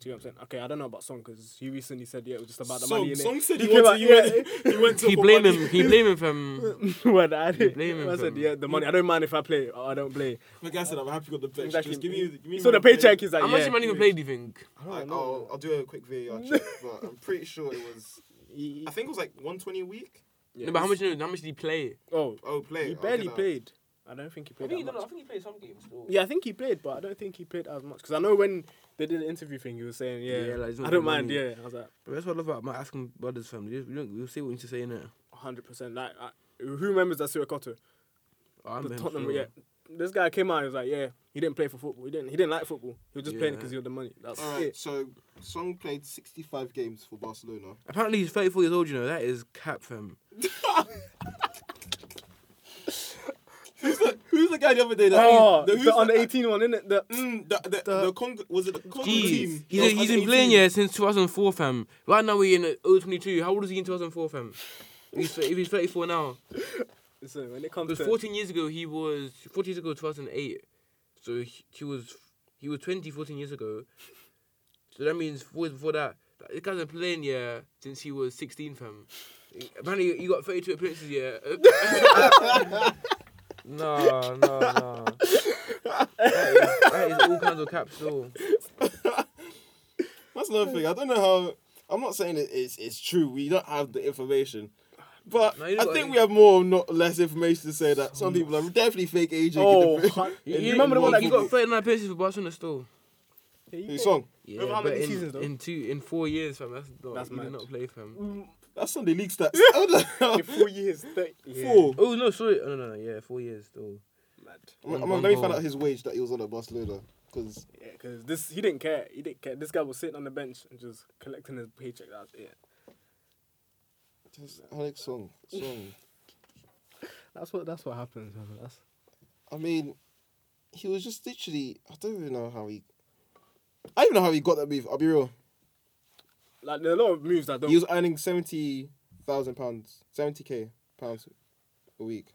Speaker 4: Do you know what I'm saying? Okay, I don't know about Song because he recently said yeah, it was just about the
Speaker 6: Song-
Speaker 4: money. innit?
Speaker 6: Song said he
Speaker 4: came
Speaker 6: wanted-
Speaker 4: out-
Speaker 6: he He went
Speaker 2: Can you blame him? Can you blame him, fam?
Speaker 4: yeah. When I, did,
Speaker 2: blame him
Speaker 4: I said
Speaker 2: for-
Speaker 4: yeah, the money. I don't mind if I play. Or I don't play.
Speaker 6: The guy said, I'm happy with the bench.
Speaker 4: Exactly.
Speaker 6: Just give me, give me
Speaker 4: so the
Speaker 6: my play.
Speaker 4: paycheck is like
Speaker 2: How
Speaker 4: yeah.
Speaker 2: much did Manning even play? Do you think?
Speaker 6: I, I'll, I'll do a quick VAR check, but I'm pretty sure it was.
Speaker 4: He-
Speaker 6: I think it was like 120 a week.
Speaker 4: yeah,
Speaker 2: no, but how
Speaker 4: he's-
Speaker 2: much? How much did he play?
Speaker 4: Oh,
Speaker 6: Oh, play.
Speaker 4: He
Speaker 6: I'll
Speaker 4: barely
Speaker 6: get that.
Speaker 4: played. I don't think he played that much.
Speaker 2: think he played some games. Though.
Speaker 4: Yeah, I think he played, but I don't think he played as much. Because I know when they did the interview thing, he was saying, yeah,
Speaker 2: Yeah, like, it's not
Speaker 4: I don't
Speaker 2: the
Speaker 4: mind,
Speaker 2: money.
Speaker 4: yeah. I was like,
Speaker 2: But that's what I love about my African brothers, fam. You, you don't, you see what you say in it.
Speaker 4: 100%. Like, I, who remembers that Surakoto?
Speaker 2: Oh, I'm
Speaker 4: The
Speaker 2: being
Speaker 4: Tottenham,
Speaker 2: sure.
Speaker 4: yeah. This guy came out, he was like, yeah, he didn't play for football. He didn't He didn't like football. He was just playing
Speaker 2: Yeah.
Speaker 4: because he had the money. That's
Speaker 6: All right,
Speaker 4: it.
Speaker 6: so Song played 65 games for Barcelona.
Speaker 2: Apparently he's 34 years old. You know that is cap, fam.
Speaker 6: Who's the guy the other day that.
Speaker 4: Oh,
Speaker 6: the,
Speaker 4: the,
Speaker 6: who's
Speaker 4: under 18 one, isn't it? The,
Speaker 6: Mm, the, the, the, Cong- was it the Congo
Speaker 2: Jeez,
Speaker 6: team?
Speaker 2: he's,
Speaker 6: No,
Speaker 2: he's
Speaker 6: under
Speaker 2: been playing
Speaker 6: 18.
Speaker 2: yeah since 2004, fam. Right now we're in uh, 22. How old is he in 2004, fam? If he's, if he's 34 now,
Speaker 4: so when it comes
Speaker 2: because
Speaker 4: to.
Speaker 2: 14 years ago he was 14 years ago 2008. So he, he was he was 20 14 years ago. So that means four years before that. like, This guy's been playing yeah since he was 16, fam. Apparently he got 32 appearances yeah. no, no, no. That is, that is all kinds of caps though.
Speaker 6: That's another thing. I don't know how. I'm not saying it, it's it's true. We don't have the information, but
Speaker 2: No, you know
Speaker 6: I
Speaker 2: what
Speaker 6: think
Speaker 2: I-
Speaker 6: we have more, not less, information to say that some people are definitely fake aging.
Speaker 4: Oh,
Speaker 6: in the-
Speaker 4: hun-
Speaker 2: You,
Speaker 4: you remember the one
Speaker 2: one
Speaker 4: that
Speaker 2: he
Speaker 4: you
Speaker 2: got
Speaker 4: got?
Speaker 2: 39 appearances for Barcelona still.
Speaker 6: Hey, Song,
Speaker 2: Yeah,
Speaker 4: Remember how
Speaker 2: but
Speaker 4: many
Speaker 2: in,
Speaker 4: seasons, though?
Speaker 2: in two in four years, fam. That's not
Speaker 4: That's
Speaker 2: you did
Speaker 4: mad.
Speaker 2: not play, fam.
Speaker 6: that's Sunday league stats.
Speaker 4: Four years. 30, yeah.
Speaker 6: Four.
Speaker 2: Oh no, sorry. Oh, no, no, yeah, four years still.
Speaker 4: Mad.
Speaker 6: I'm, I'm,
Speaker 2: One
Speaker 6: let me
Speaker 2: goal.
Speaker 6: find out his wage that he was on at Barcelona because
Speaker 4: Yeah, because this he didn't care. He didn't care. This guy was sitting on the bench and just collecting his paycheck. That's it.
Speaker 6: Alex Song, Song.
Speaker 4: That's what that's what happens. Man. That's
Speaker 6: I mean, he was just literally. I don't even know how he. I don't even know how he got that move. I'll be real.
Speaker 4: like there are a lot of moves that don't.
Speaker 6: He was earning seventy thousand pounds, seventy k pounds a week.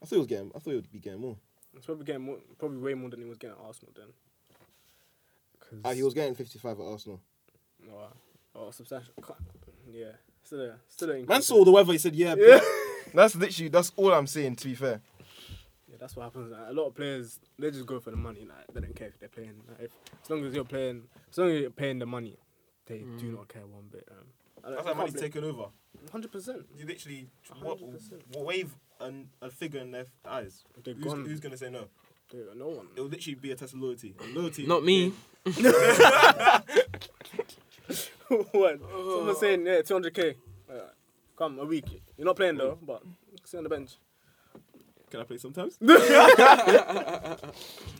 Speaker 6: I thought he was getting. I thought he would be getting more.
Speaker 4: He's probably getting more, probably way more than he was getting at Arsenal then. Cause
Speaker 6: Ah, he was getting fifty five at Arsenal.
Speaker 4: oh, oh, substantial. cut. Yeah, still a still a
Speaker 6: Man saw the weather. He said, "Yeah." yeah. That's literally. That's all I'm saying. To be fair,
Speaker 4: Yeah, that's what happens. Like, a lot of players they just go for the money. Like they don't care if they're playing. Like, if, as long as you're playing, as long as you're paying the money, they do not care one bit. Um,
Speaker 3: That's how money's taken over.
Speaker 4: Hundred percent.
Speaker 3: You literally wa-
Speaker 4: 100%.
Speaker 3: wa- wave an, a figure in their eyes.
Speaker 4: They're
Speaker 3: Who's,
Speaker 4: gone.
Speaker 3: who's gonna say no?
Speaker 4: No one.
Speaker 3: It will literally be a test of loyalty. And loyalty.
Speaker 2: Not me.
Speaker 4: what?
Speaker 3: Oh.
Speaker 4: Someone saying, yeah, 200k. Uh, come, a week. You're not playing though, but sit on the bench.
Speaker 3: Can I play sometimes?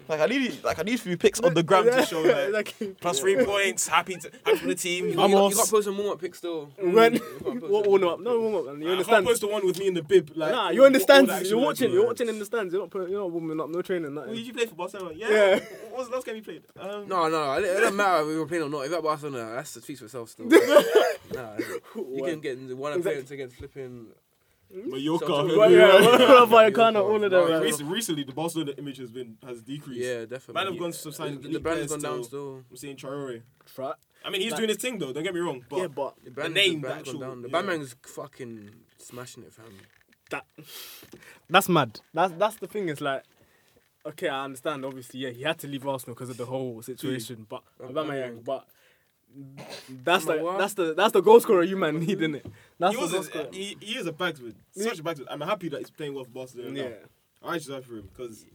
Speaker 7: Like I need, like I need few
Speaker 3: Picks on the gram to show that.
Speaker 4: like,
Speaker 3: Plus three points. Happy to happy for the team.
Speaker 2: You got- you got post some warm up picks still.
Speaker 3: Mm.
Speaker 4: when,
Speaker 2: can't post
Speaker 4: what
Speaker 2: it.
Speaker 4: warm up? No warm up, man.
Speaker 3: I
Speaker 4: You
Speaker 3: can't
Speaker 4: understand?
Speaker 3: post the one with me in the bib. Like,
Speaker 4: Nah,
Speaker 3: all-
Speaker 4: you understand.
Speaker 3: all that
Speaker 4: You're
Speaker 3: action
Speaker 4: watching.
Speaker 3: was-
Speaker 4: You're watching in the stands. You're not put, you're not warming up. No training.
Speaker 3: Who did
Speaker 4: Nothing.
Speaker 3: you play for Barcelona? Yeah.
Speaker 4: Yeah.
Speaker 3: What was the last game you played? Um,
Speaker 2: No, no, it, it doesn't matter if we were playing or not. If that Barcelona, that's the speaks for itself still. nah, you can get the one appearance against flipping.
Speaker 3: Mallorca.
Speaker 2: So-
Speaker 4: Right, yeah, Rafael all of
Speaker 2: Right,
Speaker 4: them.
Speaker 3: Rec-
Speaker 4: man.
Speaker 3: recently, the Barcelona image has been has decreased.
Speaker 2: Yeah,
Speaker 3: Man
Speaker 2: definitely.
Speaker 3: have gone to sign
Speaker 2: the, the brand has gone down still.
Speaker 3: I'm seeing Traore.
Speaker 4: Tra-
Speaker 6: I mean, he's
Speaker 4: Like-
Speaker 6: doing his thing though. Don't get me wrong. But
Speaker 4: yeah, but
Speaker 6: the,
Speaker 2: Batman's-
Speaker 6: name, the
Speaker 2: Batman's gone
Speaker 6: actual.
Speaker 2: down. The
Speaker 6: yeah.
Speaker 2: Batman's fucking smashing it, fam.
Speaker 4: that that's mad. That's that's the thing. Is like, okay, I understand. Obviously, yeah, he had to leave Arsenal because of the whole situation. But Aubameyang, but that's
Speaker 2: Number
Speaker 4: the
Speaker 2: one.
Speaker 4: that's the that's the goal scorer you man need, isn't it? That's
Speaker 6: He
Speaker 4: the goal
Speaker 6: was
Speaker 4: scorer.
Speaker 6: a, he, he is a bagsman. Such a bagsman. I'm happy that he's playing well for Barcelona.
Speaker 4: Yeah,
Speaker 6: Yeah. Now. I just happy for him because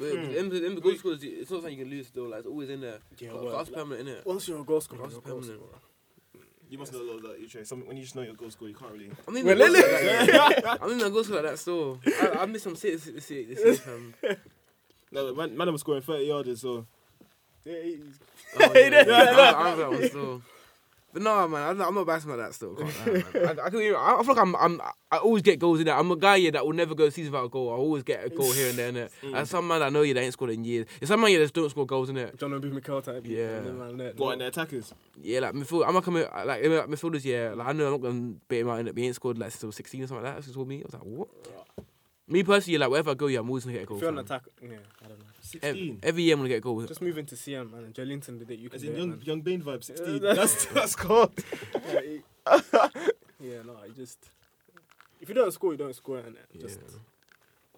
Speaker 2: But
Speaker 4: Hmm.
Speaker 2: in, the- in the goal scores, it's not something you can lose though. Like it's always in there.
Speaker 4: Yeah,
Speaker 2: Like,
Speaker 4: well,
Speaker 2: that's
Speaker 4: like-
Speaker 2: permanent, innit?
Speaker 4: once you're a goal scorer,
Speaker 2: That's
Speaker 4: you're a goal
Speaker 2: permanent.
Speaker 4: scorer.
Speaker 6: you must know a lot about Uche. Some, when you just know your goal scorer, you can't really.
Speaker 2: I'm not even well, like that. I'm not goals like that still. I, I missed some sits this year. This year fam.
Speaker 6: No, but man, man, I'm scoring 30 yards, so
Speaker 4: Yeah, he's-
Speaker 2: Oh, yeah, yeah, I, I have that one still. But no, man, I'm not, I'm not bashing like that still. Can't lie, man. I, I, can, I, I feel like I'm, I'm, I always get goals in there. I'm a guy yeah, that will never go a season without a goal. I always get a goal here and there. Innit? And some man I know you that ain't scored in years. There's some man you just don't score goals in it.
Speaker 4: John Obi Mikel type.
Speaker 2: Yeah.
Speaker 4: man, there.
Speaker 6: what in the attackers?
Speaker 2: Yeah, like midfield. I'm not coming like, like midfielders. Yeah, like I know I'm not gonna bait him out in it. But he ain't scored like since I was 16 or something like that. Since he told me, I was like, what? Me personally, like wherever I go, yeah, I'm always gonna get a goal.
Speaker 4: If you're
Speaker 2: fam.
Speaker 4: an attack, yeah, I don't know.
Speaker 6: 16.
Speaker 2: Ev- every year I'm gonna get a goal.
Speaker 4: Just move into CM man and Jolinton the day you can
Speaker 6: As
Speaker 4: do
Speaker 6: in
Speaker 4: it,
Speaker 6: young,
Speaker 4: man.
Speaker 6: young Bane vibe, 16.
Speaker 4: Yeah,
Speaker 6: that's, that's cold.
Speaker 4: yeah, he- yeah, no, I just if you don't score, you don't score, and just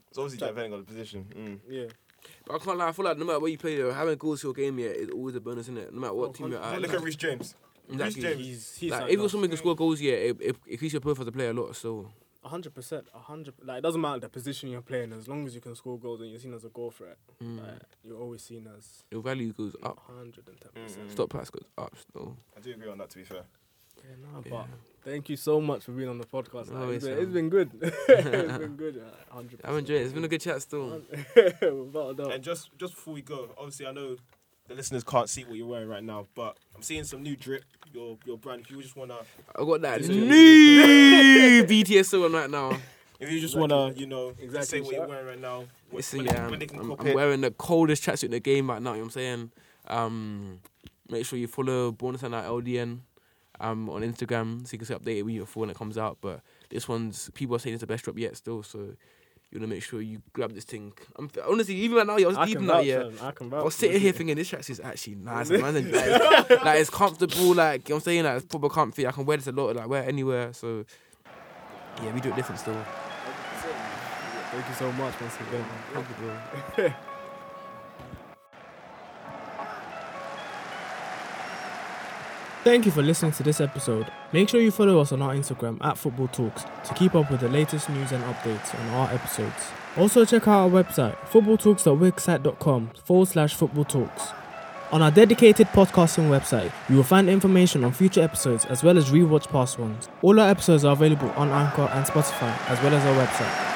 Speaker 3: It's obviously
Speaker 4: Like-
Speaker 3: depending on the position. Mm.
Speaker 4: yeah.
Speaker 2: But I can't lie, I feel like no matter where you play, though, having goals to your game yet is always a bonus, isn't it? No matter what
Speaker 4: Oh,
Speaker 2: team you're
Speaker 3: Like,
Speaker 2: at.
Speaker 3: Look
Speaker 2: Like,
Speaker 3: at Reece James.
Speaker 2: exactly.
Speaker 3: James.
Speaker 4: He's he's
Speaker 2: Like,
Speaker 4: like
Speaker 2: if you're
Speaker 4: that.
Speaker 2: someone who can score goals, yeah, it, it, it increases your profile to play a lot. So
Speaker 4: A hundred percent, a hundred. Like it doesn't matter the position you're playing, as long as you can score goals and you're seen as a goal threat, like, you're always seen as
Speaker 2: hmm, your value goes up.
Speaker 4: hundred and ten percent.
Speaker 2: Stop pass goes up still.
Speaker 3: I do agree on that, to be fair.
Speaker 4: Yeah, no, but thank you so much for being on the podcast.
Speaker 2: No
Speaker 4: like,
Speaker 2: worries,
Speaker 4: it's, been,
Speaker 2: man.
Speaker 4: it's been good. it's been good. hundred
Speaker 2: I'm enjoying it. It's been a good chat still.
Speaker 6: Oh.
Speaker 3: And just just before we go, obviously I know the listeners can't see what you're wearing right now, but I'm seeing some new drip. Your your brand. If you just wanna,
Speaker 2: I got that
Speaker 3: It's
Speaker 2: new BTS on right now.
Speaker 3: if you just wanna, you know,
Speaker 4: Exactly,
Speaker 3: say what
Speaker 4: shout
Speaker 3: you're
Speaker 4: out.
Speaker 3: wearing right now. What,
Speaker 2: Listen,
Speaker 3: when they-
Speaker 2: yeah,
Speaker 3: when
Speaker 2: I'm,
Speaker 3: they can
Speaker 2: I'm-
Speaker 3: cop
Speaker 2: I'm
Speaker 3: it.
Speaker 2: wearing the coldest tracksuit in the game right now. You know what I'm saying? Um, make sure you follow Bonus and our LDN um, on Instagram so you can stay updated with your phone when it comes out. But this one's people are saying it's the best drop yet still, so you wanna make sure you grab this thing. I'm honestly even right now, yeah, I was
Speaker 4: I
Speaker 2: deep
Speaker 4: can
Speaker 2: now,
Speaker 4: vouch,
Speaker 2: yeah.
Speaker 4: man, I can
Speaker 2: I
Speaker 4: vouch.
Speaker 2: was sitting here thinking this tracksuit's actually nice. man. Like, it's- like it's comfortable, like you know what I'm saying, like it's proper comfy. I can wear this a lot, like wear it anywhere. So yeah, we do it different still.
Speaker 4: Thank you so much once again. man.
Speaker 2: Thank you, bro.
Speaker 1: Thank you for listening to this episode. Make sure you follow us on our Instagram at Football Talks to keep up with the latest news and updates on our episodes. Also, check out our website, footballtalks.wixsite.com forward slash football talks. On our dedicated podcasting website, you will find information on future episodes as well as rewatch past ones. All our episodes are available on Anchor and Spotify as well as our website.